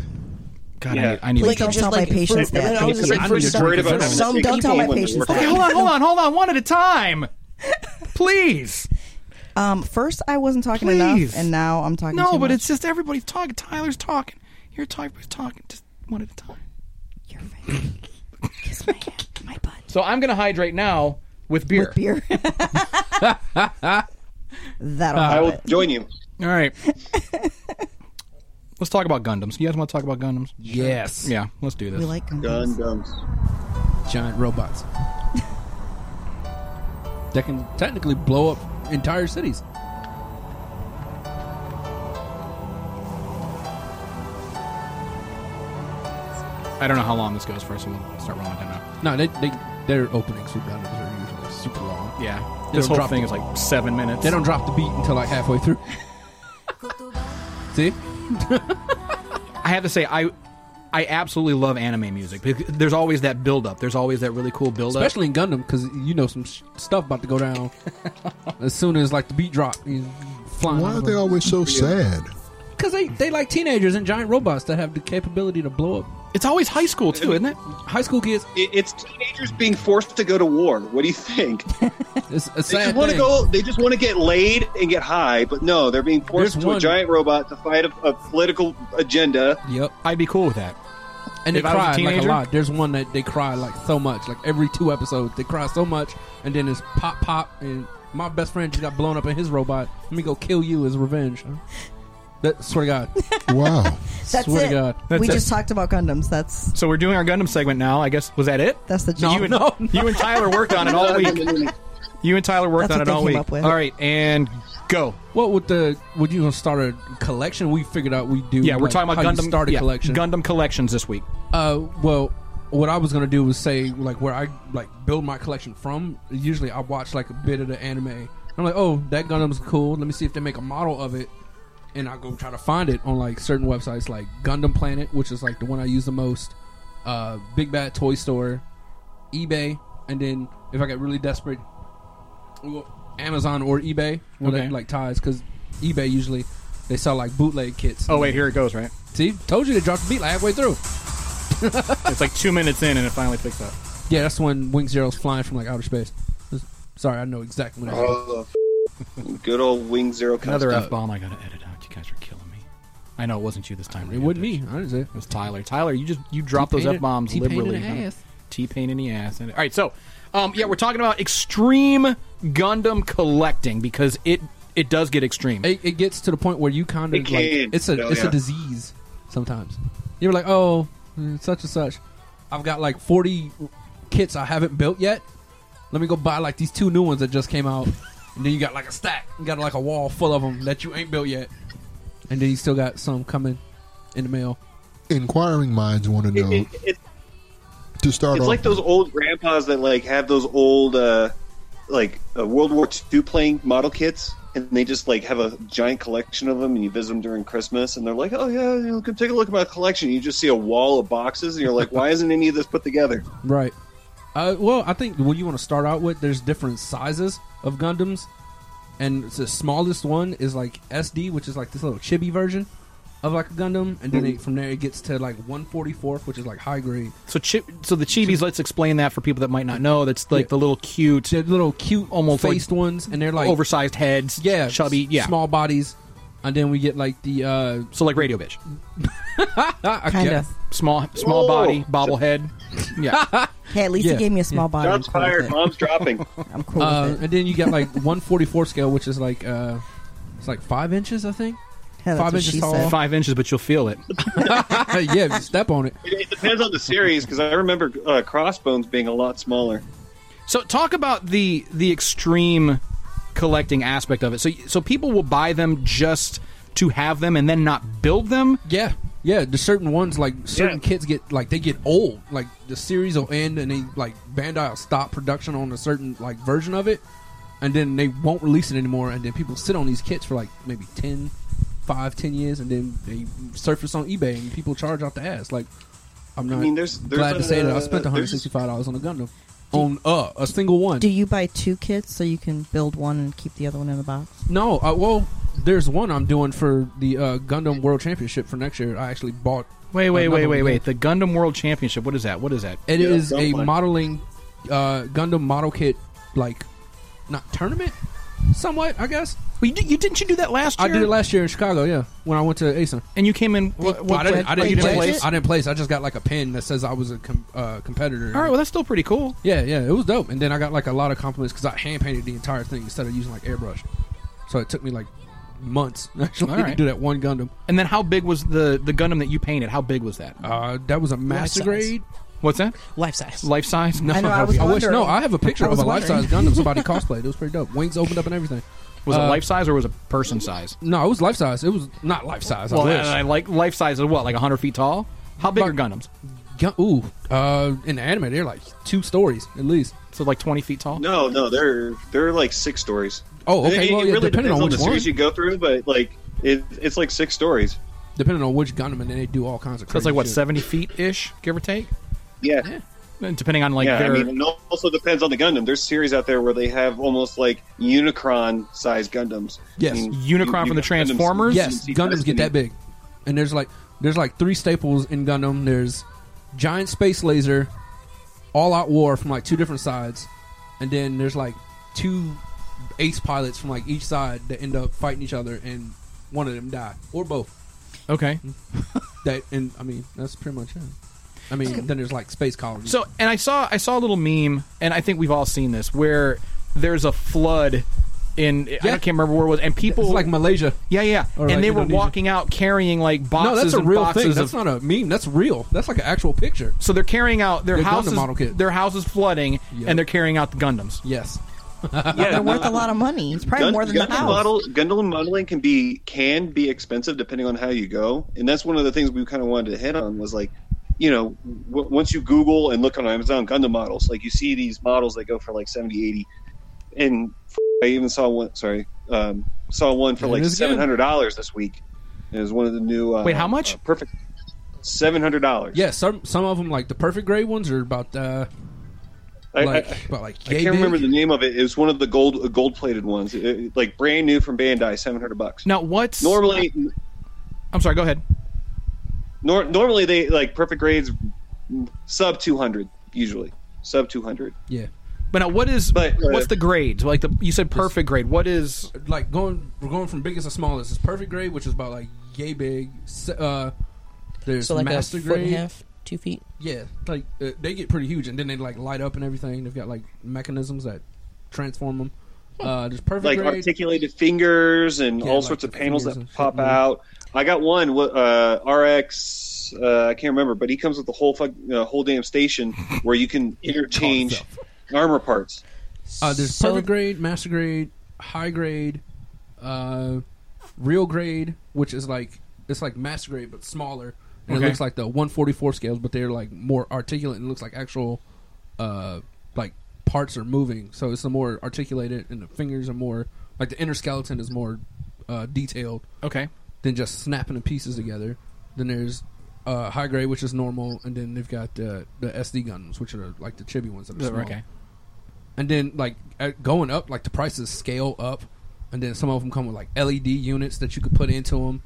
[SPEAKER 2] God,
[SPEAKER 5] Yeah.
[SPEAKER 2] I need, I need
[SPEAKER 3] Please
[SPEAKER 6] it
[SPEAKER 3] don't
[SPEAKER 6] just
[SPEAKER 3] tell my
[SPEAKER 6] like-
[SPEAKER 3] patients
[SPEAKER 6] for-
[SPEAKER 5] that.
[SPEAKER 6] I was just
[SPEAKER 4] I
[SPEAKER 6] like,
[SPEAKER 4] need
[SPEAKER 6] for
[SPEAKER 4] to
[SPEAKER 6] some,
[SPEAKER 4] drink it.
[SPEAKER 6] for
[SPEAKER 4] I'm
[SPEAKER 6] some
[SPEAKER 5] sick.
[SPEAKER 6] people,
[SPEAKER 5] Don't tell my
[SPEAKER 6] when-
[SPEAKER 5] patients
[SPEAKER 6] Okay,
[SPEAKER 2] Hey,
[SPEAKER 5] that.
[SPEAKER 2] hold on, hold on, hold on, one at a time. Please.
[SPEAKER 3] Um, first I wasn't talking
[SPEAKER 2] Please.
[SPEAKER 3] enough, and now I'm talking.
[SPEAKER 2] No,
[SPEAKER 3] too
[SPEAKER 2] but
[SPEAKER 3] much.
[SPEAKER 2] it's just everybody's talking. Tyler's talking. You're talking. Everybody's talking. Just one at a time.
[SPEAKER 3] Your face. Kiss my hand, my butt.
[SPEAKER 2] So I'm going to hydrate now with beer.
[SPEAKER 3] With beer. That'll
[SPEAKER 5] I
[SPEAKER 3] help
[SPEAKER 5] will
[SPEAKER 3] it.
[SPEAKER 5] join you.
[SPEAKER 2] All right. let's talk about Gundams. You guys want to talk about Gundams?
[SPEAKER 4] Yes.
[SPEAKER 2] Yeah, let's do this.
[SPEAKER 3] We like Gundams.
[SPEAKER 5] Gundams.
[SPEAKER 4] Giant robots. that can technically blow up entire cities.
[SPEAKER 2] I don't know how long this goes for, so we'll start rolling down now.
[SPEAKER 4] No, they, they their openings for Gundams are usually super long.
[SPEAKER 2] Yeah.
[SPEAKER 4] They
[SPEAKER 2] This
[SPEAKER 4] don't
[SPEAKER 2] whole
[SPEAKER 4] drop
[SPEAKER 2] thing
[SPEAKER 4] the-
[SPEAKER 2] is like seven minutes.
[SPEAKER 4] They don't drop the beat until like halfway through. See?
[SPEAKER 2] I have to say, I I absolutely love anime music. because There's always that build up. There's always that really cool build up.
[SPEAKER 4] Especially in Gundam, because you know some sh- stuff about to go down. as soon as like the beat drop, you flying.
[SPEAKER 7] Why are they always so sad?
[SPEAKER 4] Because they they like teenagers and giant robots that have the capability to blow up
[SPEAKER 2] It's always high school too, isn't it?
[SPEAKER 4] high school kids.
[SPEAKER 5] It, it's teenagers being forced to go to war. What do you think?
[SPEAKER 4] It's a
[SPEAKER 5] They
[SPEAKER 4] sad
[SPEAKER 5] just want to
[SPEAKER 4] thing.
[SPEAKER 5] go. They just want to get laid and get high, but no, they're being
[SPEAKER 4] There's
[SPEAKER 5] forced into
[SPEAKER 4] one-
[SPEAKER 5] a giant robot to fight a, a political agenda.
[SPEAKER 4] Yep,
[SPEAKER 2] I'd be cool with that.
[SPEAKER 4] and they
[SPEAKER 2] If I was a
[SPEAKER 4] cry like a
[SPEAKER 2] teenager?
[SPEAKER 4] lot. There's one that they cry like so much, like every two episodes they cry so much, and then it's pop pop, and my best friend just got blown up in his robot. Let me go kill you as revenge. Huh? That swear to God,
[SPEAKER 7] Wow.
[SPEAKER 3] That's
[SPEAKER 4] swear
[SPEAKER 3] it.
[SPEAKER 4] to God.
[SPEAKER 2] That's
[SPEAKER 3] we
[SPEAKER 2] it.
[SPEAKER 3] just talked about Gundams. That's
[SPEAKER 2] So we're doing our Gundam segment now. I guess was that it?
[SPEAKER 3] that's the
[SPEAKER 2] So
[SPEAKER 3] job.
[SPEAKER 2] you and,
[SPEAKER 4] no, no.
[SPEAKER 2] you and Tyler worked on it all week. You and Tyler worked
[SPEAKER 3] That's
[SPEAKER 2] on
[SPEAKER 3] what
[SPEAKER 2] it
[SPEAKER 3] they
[SPEAKER 2] all
[SPEAKER 3] came
[SPEAKER 2] week.
[SPEAKER 3] up with.
[SPEAKER 2] All right, and go.
[SPEAKER 4] What would the would you gonna start a collection? We figured out we do.
[SPEAKER 2] Yeah, we're
[SPEAKER 4] like,
[SPEAKER 2] talking about
[SPEAKER 4] how you
[SPEAKER 2] Gundam
[SPEAKER 4] start a
[SPEAKER 2] yeah,
[SPEAKER 4] collection.
[SPEAKER 2] Gundam collections this week.
[SPEAKER 4] Uh, well, what I was gonna do was say like where I like build my collection from. Usually, I watch like a bit of the anime. I'm like, oh, that Gundam's cool. Let me see if they make a model of it, and I go try to find it on like certain websites like Gundam Planet, which is like the one I use the most. Uh, Big Bad Toy Store, eBay, and then if I get really desperate, we'll go Amazon or eBay. Where
[SPEAKER 2] Okay.
[SPEAKER 4] that like ties because eBay usually they sell like bootleg kits.
[SPEAKER 2] Oh wait, here it goes. Right,
[SPEAKER 4] see, told you they dropped the beat like halfway through.
[SPEAKER 2] it's like two minutes in, and it finally picks up.
[SPEAKER 4] Yeah, that's when Wing Zero's flying from like outer space. Sorry, I know exactly what that is.
[SPEAKER 5] Oh, good old Wing Zero. comes
[SPEAKER 2] Another
[SPEAKER 5] up.
[SPEAKER 2] f bomb. I gotta edit out. You guys are killing me. I know it wasn't you this time.
[SPEAKER 4] It
[SPEAKER 2] Rhea,
[SPEAKER 4] wasn't
[SPEAKER 2] bitch.
[SPEAKER 4] me. I didn't say. it.
[SPEAKER 2] It was Tyler. Tyler, you just you drop those
[SPEAKER 4] T-Pain-
[SPEAKER 2] f bombs
[SPEAKER 4] T-Pain in
[SPEAKER 2] liberally.
[SPEAKER 4] the
[SPEAKER 2] huh?
[SPEAKER 4] ass.
[SPEAKER 2] T-Pain in the ass. And- All right, so um, yeah, we're talking about extreme Gundam collecting because it it does get extreme.
[SPEAKER 4] It, it gets to the point where you kind of
[SPEAKER 5] It
[SPEAKER 4] like
[SPEAKER 5] can.
[SPEAKER 4] it's a
[SPEAKER 5] Oh,
[SPEAKER 4] it's
[SPEAKER 5] yeah.
[SPEAKER 4] a disease sometimes. You're like, oh, mm, such and such. I've got like 40 kits I haven't built yet. Let me go buy like these two new ones that just came out, and then you got like a stack. You got like a wall full of them that you ain't built yet, and then you still got some coming in the mail.
[SPEAKER 7] Inquiring minds want to
[SPEAKER 5] It-
[SPEAKER 7] know
[SPEAKER 5] it- it's-
[SPEAKER 7] to start
[SPEAKER 5] it's
[SPEAKER 7] off.
[SPEAKER 5] like those old grandpas that like have those old uh, like uh, World War II playing model kits, and they just like have a giant collection of them, and you visit them during Christmas, and they're like, "Oh yeah, you know, come take a look at my collection." You just see a wall of boxes, and you're like, "Why isn't any of this put together?"
[SPEAKER 4] Right. Uh, well, I think what you want to start out with, there's different sizes of Gundams, and the smallest one is like SD, which is like this little chibi version of like a Gundam, and then
[SPEAKER 2] Hmm.
[SPEAKER 4] it, from there it gets to like 144th, which is like high grade.
[SPEAKER 2] So chi- so the chibis. Let's explain that for people that might not know. That's like
[SPEAKER 4] Yeah.
[SPEAKER 2] the little cute,
[SPEAKER 4] They're little cute,
[SPEAKER 2] Almost
[SPEAKER 4] almost
[SPEAKER 2] like-
[SPEAKER 4] faced ones, and they're like
[SPEAKER 2] oversized heads.
[SPEAKER 4] yeah,
[SPEAKER 2] chubby.
[SPEAKER 4] s-
[SPEAKER 2] Yeah.
[SPEAKER 4] small bodies, and then we get like the uh, ah,
[SPEAKER 2] So like radio bitch,
[SPEAKER 4] I
[SPEAKER 3] kind
[SPEAKER 4] guess-
[SPEAKER 3] of.
[SPEAKER 2] small small
[SPEAKER 5] Whoa.
[SPEAKER 2] body bobblehead. Yeah.
[SPEAKER 3] Hey, at least
[SPEAKER 4] Yeah.
[SPEAKER 3] he gave me a small body. I'm
[SPEAKER 5] Shots
[SPEAKER 3] cool with
[SPEAKER 5] fired,
[SPEAKER 3] it.
[SPEAKER 5] bombs dropping.
[SPEAKER 3] I'm cool
[SPEAKER 4] Uh,
[SPEAKER 3] with it.
[SPEAKER 4] and then you get like 144 scale, which is like uh, it's like five inches, I think.
[SPEAKER 3] Hell, that's
[SPEAKER 4] five
[SPEAKER 3] what
[SPEAKER 4] inches
[SPEAKER 3] she
[SPEAKER 4] tall.
[SPEAKER 3] said.
[SPEAKER 2] Five inches, but you'll feel it.
[SPEAKER 4] yeah, if you step on it.
[SPEAKER 5] It, it depends on the series because I remember uh, Crossbones being a lot smaller.
[SPEAKER 2] So talk about the the extreme collecting aspect of it. So so people will buy them just to have them and then not build them.
[SPEAKER 4] Yeah, yeah. The certain ones, like certain
[SPEAKER 5] Yeah.
[SPEAKER 4] kids, get like they get old. Like the series will end, and they like Bandai will stop production on a certain like version of it, and then they won't release it anymore. And then people sit on these kits for like maybe 10, five, ten years, and then they surface on eBay and people charge out the ass. Like, I'm
[SPEAKER 5] I
[SPEAKER 4] not
[SPEAKER 5] mean, there's- there's
[SPEAKER 4] glad
[SPEAKER 5] a-
[SPEAKER 4] to say that I spent
[SPEAKER 5] there's-
[SPEAKER 4] 165 dollars on a Gundam on uh, a single one.
[SPEAKER 3] Do you buy two kits so you can build one and keep the other one in the box?
[SPEAKER 4] No, uh, well, there's one I'm doing for the uh, Gundam World Championship for next year. I actually bought.
[SPEAKER 2] Wait, wait, wait,
[SPEAKER 4] another
[SPEAKER 2] wait,
[SPEAKER 4] one.
[SPEAKER 2] wait. The Gundam World Championship. What is that? What is that?
[SPEAKER 4] It
[SPEAKER 5] Yeah,
[SPEAKER 4] is a
[SPEAKER 5] Gundam.
[SPEAKER 4] modeling uh, Gundam model kit, like not tournament, somewhat, I guess.
[SPEAKER 2] Well, you, did, you didn't you do that last
[SPEAKER 4] I
[SPEAKER 2] year?
[SPEAKER 4] did it last year in Chicago, yeah, when I went to ASUN.
[SPEAKER 2] and you came in. What,
[SPEAKER 4] Well, I didn't, I didn't
[SPEAKER 2] you didn't
[SPEAKER 4] place.
[SPEAKER 2] place?
[SPEAKER 4] I didn't place. I just got like a pin that says I was a com- uh, competitor.
[SPEAKER 2] All right, well that's still pretty cool.
[SPEAKER 4] yeah, yeah, it was dope. And then I got like a lot of compliments because I hand painted the entire thing instead of using like airbrush. So it took me like months actually
[SPEAKER 2] All
[SPEAKER 4] to
[SPEAKER 2] right.
[SPEAKER 4] do that one Gundam.
[SPEAKER 2] And then how big was the the Gundam that you painted? How big was that?
[SPEAKER 4] Uh, that was a master
[SPEAKER 6] size.
[SPEAKER 4] grade.
[SPEAKER 2] What's that?
[SPEAKER 6] Life size.
[SPEAKER 2] Life size? No,
[SPEAKER 3] I know, I was
[SPEAKER 4] I wish no.
[SPEAKER 3] wondering.
[SPEAKER 4] I have a picture
[SPEAKER 3] I
[SPEAKER 4] of
[SPEAKER 3] was
[SPEAKER 4] a life
[SPEAKER 3] wondering.
[SPEAKER 4] size Gundam somebody cosplayed. It was pretty dope. Wings opened up and everything.
[SPEAKER 2] was it
[SPEAKER 4] uh,
[SPEAKER 2] life size or was it person size?
[SPEAKER 4] No, it was life size. It was not life size.
[SPEAKER 2] Well,
[SPEAKER 4] I
[SPEAKER 2] I,
[SPEAKER 4] wish.
[SPEAKER 2] I like life size is what, like hundred feet tall? How big are
[SPEAKER 4] About-
[SPEAKER 2] Gundams?
[SPEAKER 4] Gun- Ooh, uh, in the anime, they're like two stories at least.
[SPEAKER 2] So like twenty feet tall?
[SPEAKER 5] No, no, they're they're like six stories.
[SPEAKER 4] Oh, okay,
[SPEAKER 5] It, it
[SPEAKER 4] well, yeah, depending
[SPEAKER 5] really depends
[SPEAKER 4] on
[SPEAKER 5] on,
[SPEAKER 4] which
[SPEAKER 5] the series
[SPEAKER 4] one.
[SPEAKER 5] you go through, but like it, it's like six stories.
[SPEAKER 4] Depending on which Gundam, and then they do all kinds of.
[SPEAKER 2] So it's
[SPEAKER 4] Crazy
[SPEAKER 2] like what,
[SPEAKER 4] shit.
[SPEAKER 2] seventy feet ish, give or take?
[SPEAKER 5] Yeah,
[SPEAKER 2] And Depending on like
[SPEAKER 5] yeah. I
[SPEAKER 2] their
[SPEAKER 5] mean, and also depends on the Gundam. There's series out there where they have almost like Unicron size Gundams.
[SPEAKER 4] Yes.
[SPEAKER 5] you-
[SPEAKER 2] Unicron
[SPEAKER 5] you
[SPEAKER 2] from the
[SPEAKER 5] got Gundams-
[SPEAKER 2] Transformers?
[SPEAKER 4] Yes,
[SPEAKER 5] you
[SPEAKER 4] Gundams
[SPEAKER 5] guys
[SPEAKER 4] get that
[SPEAKER 5] can-
[SPEAKER 4] big, and there's like there's like three staples in Gundam. There's giant space laser, all out war from like two different sides, and then there's like two ace pilots from like each side that end up fighting each other, and one of them die or both.
[SPEAKER 2] Okay.
[SPEAKER 4] That and I mean that's pretty much it. I mean then there's like space colonies.
[SPEAKER 2] So, and I saw I saw a little meme, and I think we've all seen this, where there's a flood in I
[SPEAKER 4] Yeah.
[SPEAKER 2] can't remember where it was, and people
[SPEAKER 4] it's like Malaysia.
[SPEAKER 2] yeah yeah,
[SPEAKER 4] Or
[SPEAKER 2] and
[SPEAKER 4] like
[SPEAKER 2] they were
[SPEAKER 4] Indonesia.
[SPEAKER 2] walking out carrying like boxes
[SPEAKER 4] No, that's a
[SPEAKER 2] and
[SPEAKER 4] real
[SPEAKER 2] boxes
[SPEAKER 4] thing. That's
[SPEAKER 2] of
[SPEAKER 4] not a meme. That's real. That's like an actual picture.
[SPEAKER 2] so they're carrying out their
[SPEAKER 4] Their Gundam
[SPEAKER 2] houses
[SPEAKER 4] model kit.
[SPEAKER 2] their houses flooding,
[SPEAKER 4] Yep.
[SPEAKER 2] and they're carrying out the Gundams.
[SPEAKER 4] Yes.
[SPEAKER 5] Yeah,
[SPEAKER 3] They're
[SPEAKER 5] no,
[SPEAKER 3] worth a lot of money. It's probably
[SPEAKER 5] Gun-
[SPEAKER 3] more than
[SPEAKER 5] Gundam
[SPEAKER 3] the house.
[SPEAKER 5] Model, Gundam modeling can be can be expensive depending on how you go, and that's one of the things we kind of wanted to hit on was like, you know, w- once you Google and look on Amazon Gundam models, like you see these models that go for like 70, 80 and f- I even saw one. Sorry, um, saw one for
[SPEAKER 4] It
[SPEAKER 5] like
[SPEAKER 4] is good.
[SPEAKER 5] seven hundred dollars this week. It was one of the new. Uh,
[SPEAKER 2] Wait, how much?
[SPEAKER 5] uh, perfect. Seven hundred dollars.
[SPEAKER 4] Yeah, some some of them like the perfect gray ones are about uh,
[SPEAKER 5] I,
[SPEAKER 4] like
[SPEAKER 5] I,
[SPEAKER 4] about like
[SPEAKER 5] I
[SPEAKER 4] yay
[SPEAKER 5] can't
[SPEAKER 4] big.
[SPEAKER 5] remember the name of it. It was one of the gold gold plated ones, It- it- like brand new from Bandai, seven hundred bucks.
[SPEAKER 2] Now what's
[SPEAKER 5] Normally,
[SPEAKER 2] I'm sorry, go ahead.
[SPEAKER 5] Nor- normally they like perfect grades sub 200 usually sub 200
[SPEAKER 4] Yeah,
[SPEAKER 2] But now what is
[SPEAKER 5] But, uh,
[SPEAKER 2] what's the grades? Like the you said perfect grade. What is
[SPEAKER 4] like going we're going from biggest to smallest. It's perfect grade, which is about like yay big. S- Uh, there's
[SPEAKER 6] so like
[SPEAKER 4] master
[SPEAKER 6] a foot
[SPEAKER 4] grade.
[SPEAKER 6] and a half, two feet.
[SPEAKER 4] Yeah, like uh, they get pretty huge, and then they like light up and everything. They've got like mechanisms that transform them. Uh, there's perfect
[SPEAKER 5] like
[SPEAKER 4] grade.
[SPEAKER 5] articulated fingers and
[SPEAKER 4] Yeah,
[SPEAKER 5] all
[SPEAKER 4] like
[SPEAKER 5] sorts of
[SPEAKER 4] the
[SPEAKER 5] panels that
[SPEAKER 4] fingers and
[SPEAKER 5] pop
[SPEAKER 4] shit, yeah.
[SPEAKER 5] out i got one wh- uh, rx uh, i can't remember but he comes with the whole fuck, uh, whole damn station where you can interchange
[SPEAKER 4] itself.
[SPEAKER 5] armor parts
[SPEAKER 4] Uh, there's
[SPEAKER 6] So-
[SPEAKER 4] perfect grade, master grade, high grade, uh, real grade, which is like it's like master grade but smaller, and
[SPEAKER 2] Okay.
[SPEAKER 4] it looks like the 144 scales, but they're like more articulate and looks like actual uh, like parts are moving. So it's the more articulated, and the fingers are more like the inner skeleton is more uh, detailed
[SPEAKER 2] okay.
[SPEAKER 4] than just snapping the pieces together. Then there's uh, high grade, which is normal, and then they've got the the SD guns, which are like the chibi ones that are small
[SPEAKER 2] Okay.
[SPEAKER 4] and then like at- going up, like the prices scale up, and then some of them come with like LED units that you could put into them,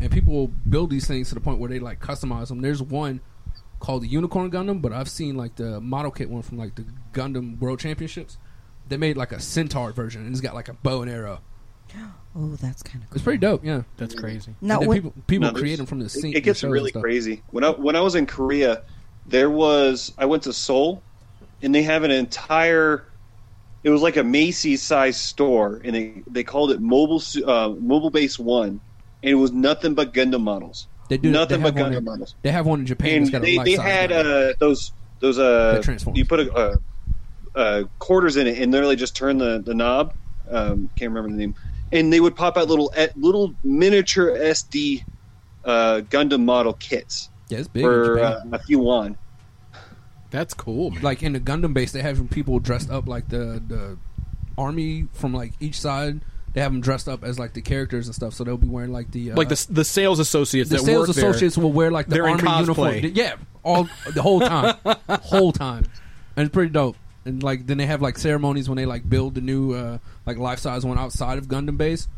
[SPEAKER 4] and people will build these things to the point where they like customize them. There's one called the Unicorn Gundam, but I've seen like the model kit one from like the Gundam World Championships. They made like a centaur version, and it's got like a bow and arrow.
[SPEAKER 3] Oh, that's kind of cool.
[SPEAKER 4] It's pretty dope, yeah.
[SPEAKER 2] That's crazy.
[SPEAKER 3] No,
[SPEAKER 4] and then
[SPEAKER 3] what,
[SPEAKER 4] people people
[SPEAKER 5] No, there's-
[SPEAKER 4] create them from the scene.
[SPEAKER 5] It, it gets
[SPEAKER 4] shows and
[SPEAKER 5] really
[SPEAKER 4] stuff.
[SPEAKER 5] crazy. When I when I was in Korea, there was I went to Seoul, and they have an entire. It was like a Macy's size store, and they, they called it mobile Su- uh, mobile base one, and it was nothing but Gundam models.
[SPEAKER 4] They do
[SPEAKER 5] nothing
[SPEAKER 4] they
[SPEAKER 5] but
[SPEAKER 4] have one
[SPEAKER 5] Gundam
[SPEAKER 4] in-
[SPEAKER 5] models,
[SPEAKER 4] They have one in Japan.
[SPEAKER 5] and
[SPEAKER 4] that's got
[SPEAKER 5] they,
[SPEAKER 4] a
[SPEAKER 5] they
[SPEAKER 4] life-size
[SPEAKER 5] had
[SPEAKER 4] Gundam.
[SPEAKER 5] uh, those those uh
[SPEAKER 4] That transforms.
[SPEAKER 5] you put a uh, uh, quarters in it, and literally just turn the the knob. Um, can't remember the name, and they would pop out little eh, little miniature SD uh, Gundam model kits
[SPEAKER 4] yeah, it's big. in
[SPEAKER 5] for
[SPEAKER 4] Japan.
[SPEAKER 5] uh, a few won.
[SPEAKER 2] That's cool. man.
[SPEAKER 4] like in the Gundam base, they have people dressed up like the the army from like each side. they have them dressed up as like the characters and stuff. So they'll be wearing like the uh,
[SPEAKER 2] Like the the sales associates
[SPEAKER 4] the
[SPEAKER 2] that
[SPEAKER 4] sales
[SPEAKER 2] work there.
[SPEAKER 4] associates will wear like the
[SPEAKER 2] They're in
[SPEAKER 4] army uniform.
[SPEAKER 2] cosplay.
[SPEAKER 4] Yeah, all the whole time, whole time, and it's pretty dope. And like then they have like ceremonies when they like build the new uh, like life size one outside of Gundam Base,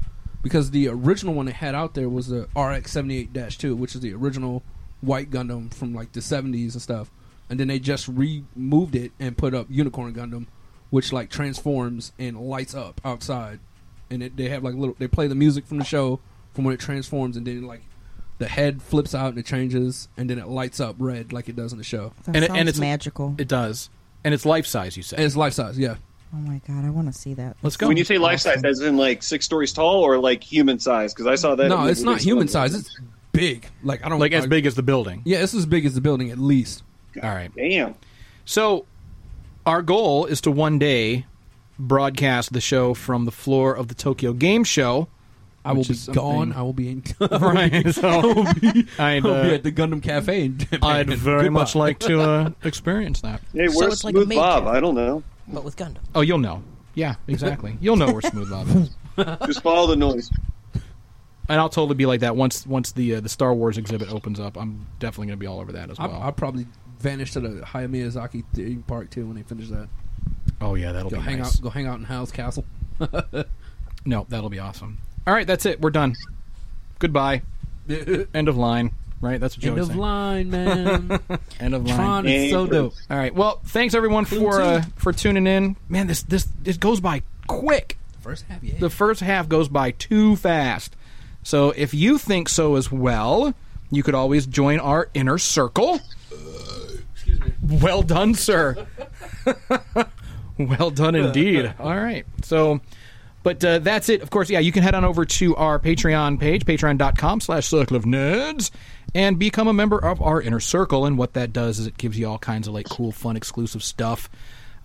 [SPEAKER 4] because the original one they had out there was the RX seventy eight two, which is the original white Gundam from like the seventies and stuff. And then they just removed it and put up Unicorn Gundam, which like transforms and lights up outside. And it, they have like little they play the music from the show from when it transforms and then like the head flips out and it changes, and then it lights up red like it does in the show.
[SPEAKER 2] And
[SPEAKER 3] That
[SPEAKER 2] it- and
[SPEAKER 3] sounds
[SPEAKER 2] it's-
[SPEAKER 3] magical.
[SPEAKER 2] It does, and it's life size. You said.
[SPEAKER 4] And it's life size, yeah.
[SPEAKER 3] oh my god, I want to see that.
[SPEAKER 2] Let's go.
[SPEAKER 5] When you say life size, as in like six stories tall, or like human size? Because I saw that. in
[SPEAKER 4] No,
[SPEAKER 5] the
[SPEAKER 4] it's not
[SPEAKER 5] movies.
[SPEAKER 4] human size. It's big. Like I don't
[SPEAKER 2] like as
[SPEAKER 4] I-
[SPEAKER 2] big as the building.
[SPEAKER 4] Yeah, it's as big as the building at least.
[SPEAKER 2] All right.
[SPEAKER 5] Damn.
[SPEAKER 2] So, our goal is to one day broadcast the show from the floor of the Tokyo Game Show.
[SPEAKER 4] I will
[SPEAKER 2] Which
[SPEAKER 4] be
[SPEAKER 2] is something- uh,
[SPEAKER 4] gone. I will be in.
[SPEAKER 2] Right. So,
[SPEAKER 4] I
[SPEAKER 2] I'd,
[SPEAKER 4] will be
[SPEAKER 2] uh,
[SPEAKER 4] at the Gundam Cafe. In Japan.
[SPEAKER 2] I'd very
[SPEAKER 4] Goodbye.
[SPEAKER 2] much like to uh, experience that.
[SPEAKER 5] Hey,
[SPEAKER 6] So
[SPEAKER 5] where's
[SPEAKER 6] it's like a
[SPEAKER 5] Smooth
[SPEAKER 6] maid
[SPEAKER 5] Bob?
[SPEAKER 6] cafe.
[SPEAKER 5] I don't know.
[SPEAKER 6] but with Gundam.
[SPEAKER 2] Oh, you'll know. Yeah, exactly. You'll know where Smooth Bob is,
[SPEAKER 5] Just follow the noise.
[SPEAKER 2] and I'll totally be like that once once the uh, the Star Wars exhibit opens up. I'm definitely going to be all over that as
[SPEAKER 4] I,
[SPEAKER 2] well.
[SPEAKER 4] I'll probably vanish to the Hayao Miyazaki theme park too when they finish that.
[SPEAKER 2] oh yeah, that'll
[SPEAKER 4] Go
[SPEAKER 2] be
[SPEAKER 4] hang
[SPEAKER 2] nice.
[SPEAKER 4] out. Go hang out in Howl's Castle.
[SPEAKER 2] No, that'll be awesome. All right, that's it. We're done. Goodbye. End of line. Right? That's what you
[SPEAKER 4] End
[SPEAKER 2] always
[SPEAKER 4] of
[SPEAKER 2] say.
[SPEAKER 4] line, man.
[SPEAKER 2] End of line.
[SPEAKER 4] Tron is so dope.
[SPEAKER 2] All right. Well, thanks everyone for
[SPEAKER 4] two.
[SPEAKER 2] uh, for tuning in. Man, this this this goes by quick.
[SPEAKER 4] First half, yeah.
[SPEAKER 2] The first half goes by too fast. So if you think so as well, you could always join our inner circle. Uh, Well done, sir. well done indeed. All right. So, but uh, that's it. Of course, yeah, you can head on over to our Patreon page, patreon.com slash circle of nerds, and become a member of our inner circle. And what that does is it gives you all kinds of like cool, fun, exclusive stuff.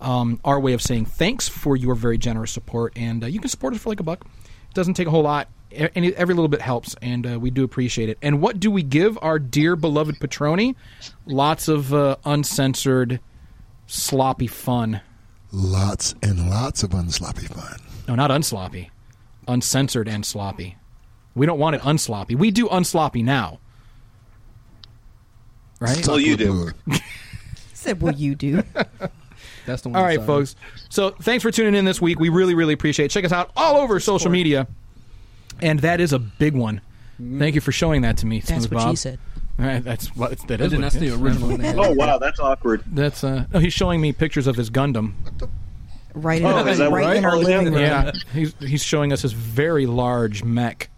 [SPEAKER 2] Um, our way of saying thanks for your very generous support. And uh, you can support us for like a buck. It doesn't take a whole lot. E- Any, every little bit helps, and uh, we do appreciate it. And what do we give our dear beloved Patroni? Lots of uh, uncensored, sloppy fun.
[SPEAKER 7] Lots and lots of unsloppy fun.
[SPEAKER 2] No, not unsloppy. Uncensored and sloppy. We don't want it unsloppy. We do unsloppy now. Right?
[SPEAKER 5] Well, you do.
[SPEAKER 3] I said, "Will you do?"
[SPEAKER 4] That's the one.
[SPEAKER 2] All
[SPEAKER 4] I'm
[SPEAKER 2] right,
[SPEAKER 4] sorry.
[SPEAKER 2] folks. So thanks for tuning in this week. We really, really appreciate it. Check us out all over social media. And that is a big one. Thank you for showing that to me.
[SPEAKER 6] That's
[SPEAKER 2] Smooth
[SPEAKER 6] what
[SPEAKER 2] Bob.
[SPEAKER 6] she said.
[SPEAKER 2] All right, that's what that
[SPEAKER 4] And
[SPEAKER 2] is. What
[SPEAKER 4] then that's
[SPEAKER 2] it
[SPEAKER 4] the
[SPEAKER 2] is.
[SPEAKER 4] original. one they had.
[SPEAKER 5] Oh wow, that's awkward.
[SPEAKER 2] That's uh. Oh, he's showing me pictures of his Gundam.
[SPEAKER 3] Right in,
[SPEAKER 5] Oh,
[SPEAKER 3] our,
[SPEAKER 5] is that
[SPEAKER 3] right
[SPEAKER 5] right?
[SPEAKER 3] in our
[SPEAKER 5] Oh, yeah.
[SPEAKER 3] living room.
[SPEAKER 2] Yeah, he's he's showing us his very large mech,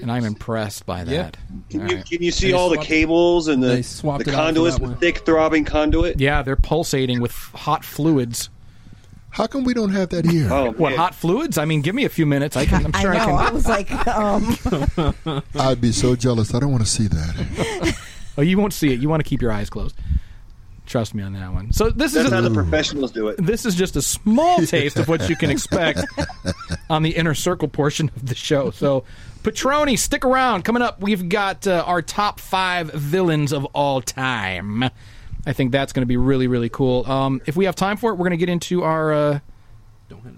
[SPEAKER 2] and I'm impressed by
[SPEAKER 4] Yeah.
[SPEAKER 2] that.
[SPEAKER 5] Can
[SPEAKER 2] All
[SPEAKER 5] you,
[SPEAKER 2] right.
[SPEAKER 5] can you see
[SPEAKER 4] They
[SPEAKER 5] all the
[SPEAKER 4] swapped-
[SPEAKER 5] cables and the,
[SPEAKER 4] they swapped
[SPEAKER 5] the
[SPEAKER 4] it out for
[SPEAKER 5] conduits,
[SPEAKER 4] that
[SPEAKER 5] the
[SPEAKER 4] one.
[SPEAKER 5] thick throbbing conduit?
[SPEAKER 2] Yeah, they're pulsating with hot fluids.
[SPEAKER 7] How come we don't have that here?
[SPEAKER 5] Oh,
[SPEAKER 2] What
[SPEAKER 5] man.
[SPEAKER 2] hot fluids? I mean, give me a few minutes. I can. I'm
[SPEAKER 3] I
[SPEAKER 2] sure I,
[SPEAKER 3] know. I
[SPEAKER 2] can.
[SPEAKER 3] was like, um,
[SPEAKER 7] I'd be so jealous. I don't want to see that.
[SPEAKER 2] Oh, you won't see it. You want to keep your eyes closed. Trust me on that one. So this is
[SPEAKER 5] That's how
[SPEAKER 2] a,
[SPEAKER 5] the professionals do it.
[SPEAKER 2] this is just a small taste of what you can expect on the inner circle portion of the show. So, Patroni, stick around. Coming up, we've got uh, our top five villains of all time. I think that's going to be really really cool. Um, if we have time for it, we're going to get into our uh,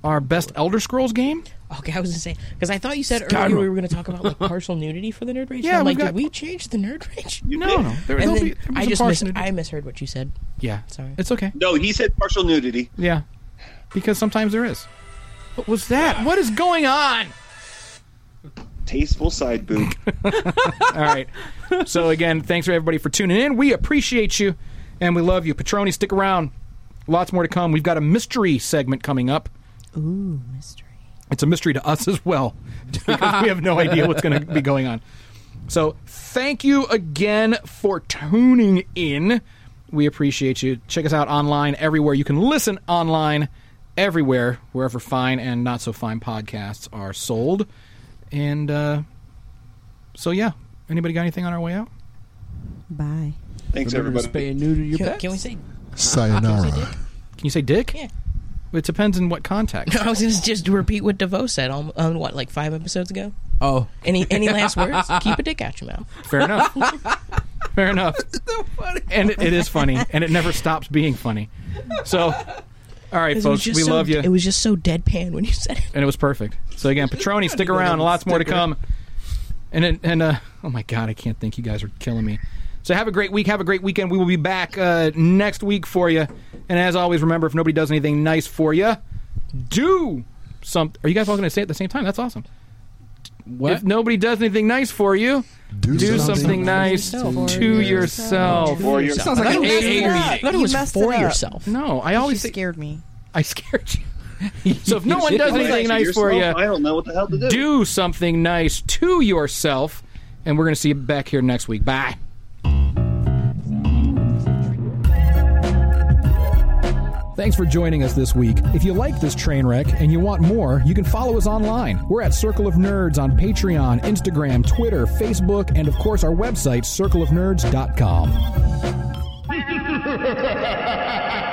[SPEAKER 2] our best Elder Scrolls game.
[SPEAKER 6] Okay, I was gonna say because I thought you said
[SPEAKER 2] Skyrim.
[SPEAKER 6] earlier we were gonna talk about like partial nudity for the nerd rage.
[SPEAKER 2] Yeah,
[SPEAKER 6] I'm
[SPEAKER 2] we've
[SPEAKER 6] like,
[SPEAKER 2] got-
[SPEAKER 6] did we change the nerd rage?
[SPEAKER 2] No, no, there,
[SPEAKER 6] And
[SPEAKER 2] there'll
[SPEAKER 6] then
[SPEAKER 2] be- there'll be
[SPEAKER 6] I
[SPEAKER 2] some
[SPEAKER 6] just
[SPEAKER 2] parts
[SPEAKER 6] mis-
[SPEAKER 2] in it.
[SPEAKER 6] I misheard what you said.
[SPEAKER 2] Yeah.
[SPEAKER 6] Sorry.
[SPEAKER 2] It's okay.
[SPEAKER 5] No, he said partial nudity.
[SPEAKER 2] Yeah. Because sometimes there is. What was that? What is going on?
[SPEAKER 5] Tasteful side boob.
[SPEAKER 2] All right. So again, thanks for everybody for tuning in. We appreciate you and we love you. Patroni, stick around. Lots more to come. We've got a mystery segment coming up.
[SPEAKER 3] ooh, mystery.
[SPEAKER 2] It's a mystery to us as well because we have no idea what's going to be going on. So, thank you again for tuning in. We appreciate you. Check us out online everywhere. You can listen online everywhere, wherever fine and not so fine podcasts are sold. And uh, so, yeah. Anybody got anything on our way out?
[SPEAKER 3] Bye.
[SPEAKER 5] Thanks,
[SPEAKER 4] Remember
[SPEAKER 5] everybody.
[SPEAKER 4] to spay and neuter your
[SPEAKER 6] Can,
[SPEAKER 4] pets.
[SPEAKER 6] can we say?
[SPEAKER 7] Sayonara.
[SPEAKER 2] Can you say dick?
[SPEAKER 6] Yeah.
[SPEAKER 2] It depends in what context.
[SPEAKER 6] I was gonna just repeat what DeVoe said on, on what like five episodes ago.
[SPEAKER 4] Oh,
[SPEAKER 6] Any any last words? Keep a dick out your mouth.
[SPEAKER 2] Fair enough. Fair enough. And it, it is funny, and it never stops being funny. So, all All right,
[SPEAKER 6] 'Cause it was
[SPEAKER 2] folks,
[SPEAKER 6] just
[SPEAKER 2] we
[SPEAKER 6] so-
[SPEAKER 2] love you.
[SPEAKER 6] It was just so deadpan when you said it.
[SPEAKER 2] and it was perfect. So again, Patroni, stick around. Lots more to come. And then- and uh, oh my god, I can't think. You guys are killing me. So have a great week. Have a great weekend. We will be back uh, next week for you. And as always, remember if nobody does anything nice for you, do something. Are you guys all going to say it at the same time? That's awesome.
[SPEAKER 4] What?
[SPEAKER 2] If nobody does anything nice for you,
[SPEAKER 7] Do,
[SPEAKER 2] do something, nice
[SPEAKER 6] yourself.
[SPEAKER 2] to yourself.
[SPEAKER 5] Or your
[SPEAKER 4] Sounds like an
[SPEAKER 6] That
[SPEAKER 4] AA
[SPEAKER 6] was-
[SPEAKER 4] meeting.
[SPEAKER 6] That
[SPEAKER 3] You
[SPEAKER 6] was
[SPEAKER 3] messed
[SPEAKER 6] for
[SPEAKER 3] it up.
[SPEAKER 6] yourself.
[SPEAKER 2] No, I
[SPEAKER 3] She
[SPEAKER 2] always say,
[SPEAKER 3] scared me.
[SPEAKER 2] I scared you. so if no one does
[SPEAKER 5] Like,
[SPEAKER 2] anything nice for you,
[SPEAKER 5] yourself, I don't know what the hell to do.
[SPEAKER 2] do something nice to yourself. And we're going to see you back here next week. Bye. Thanks for joining us this week. If you like this train wreck and you want more, you can follow us online. We're at Circle of Nerds on Patreon, Instagram, Twitter, Facebook, and of course our website, circleofnerds.com.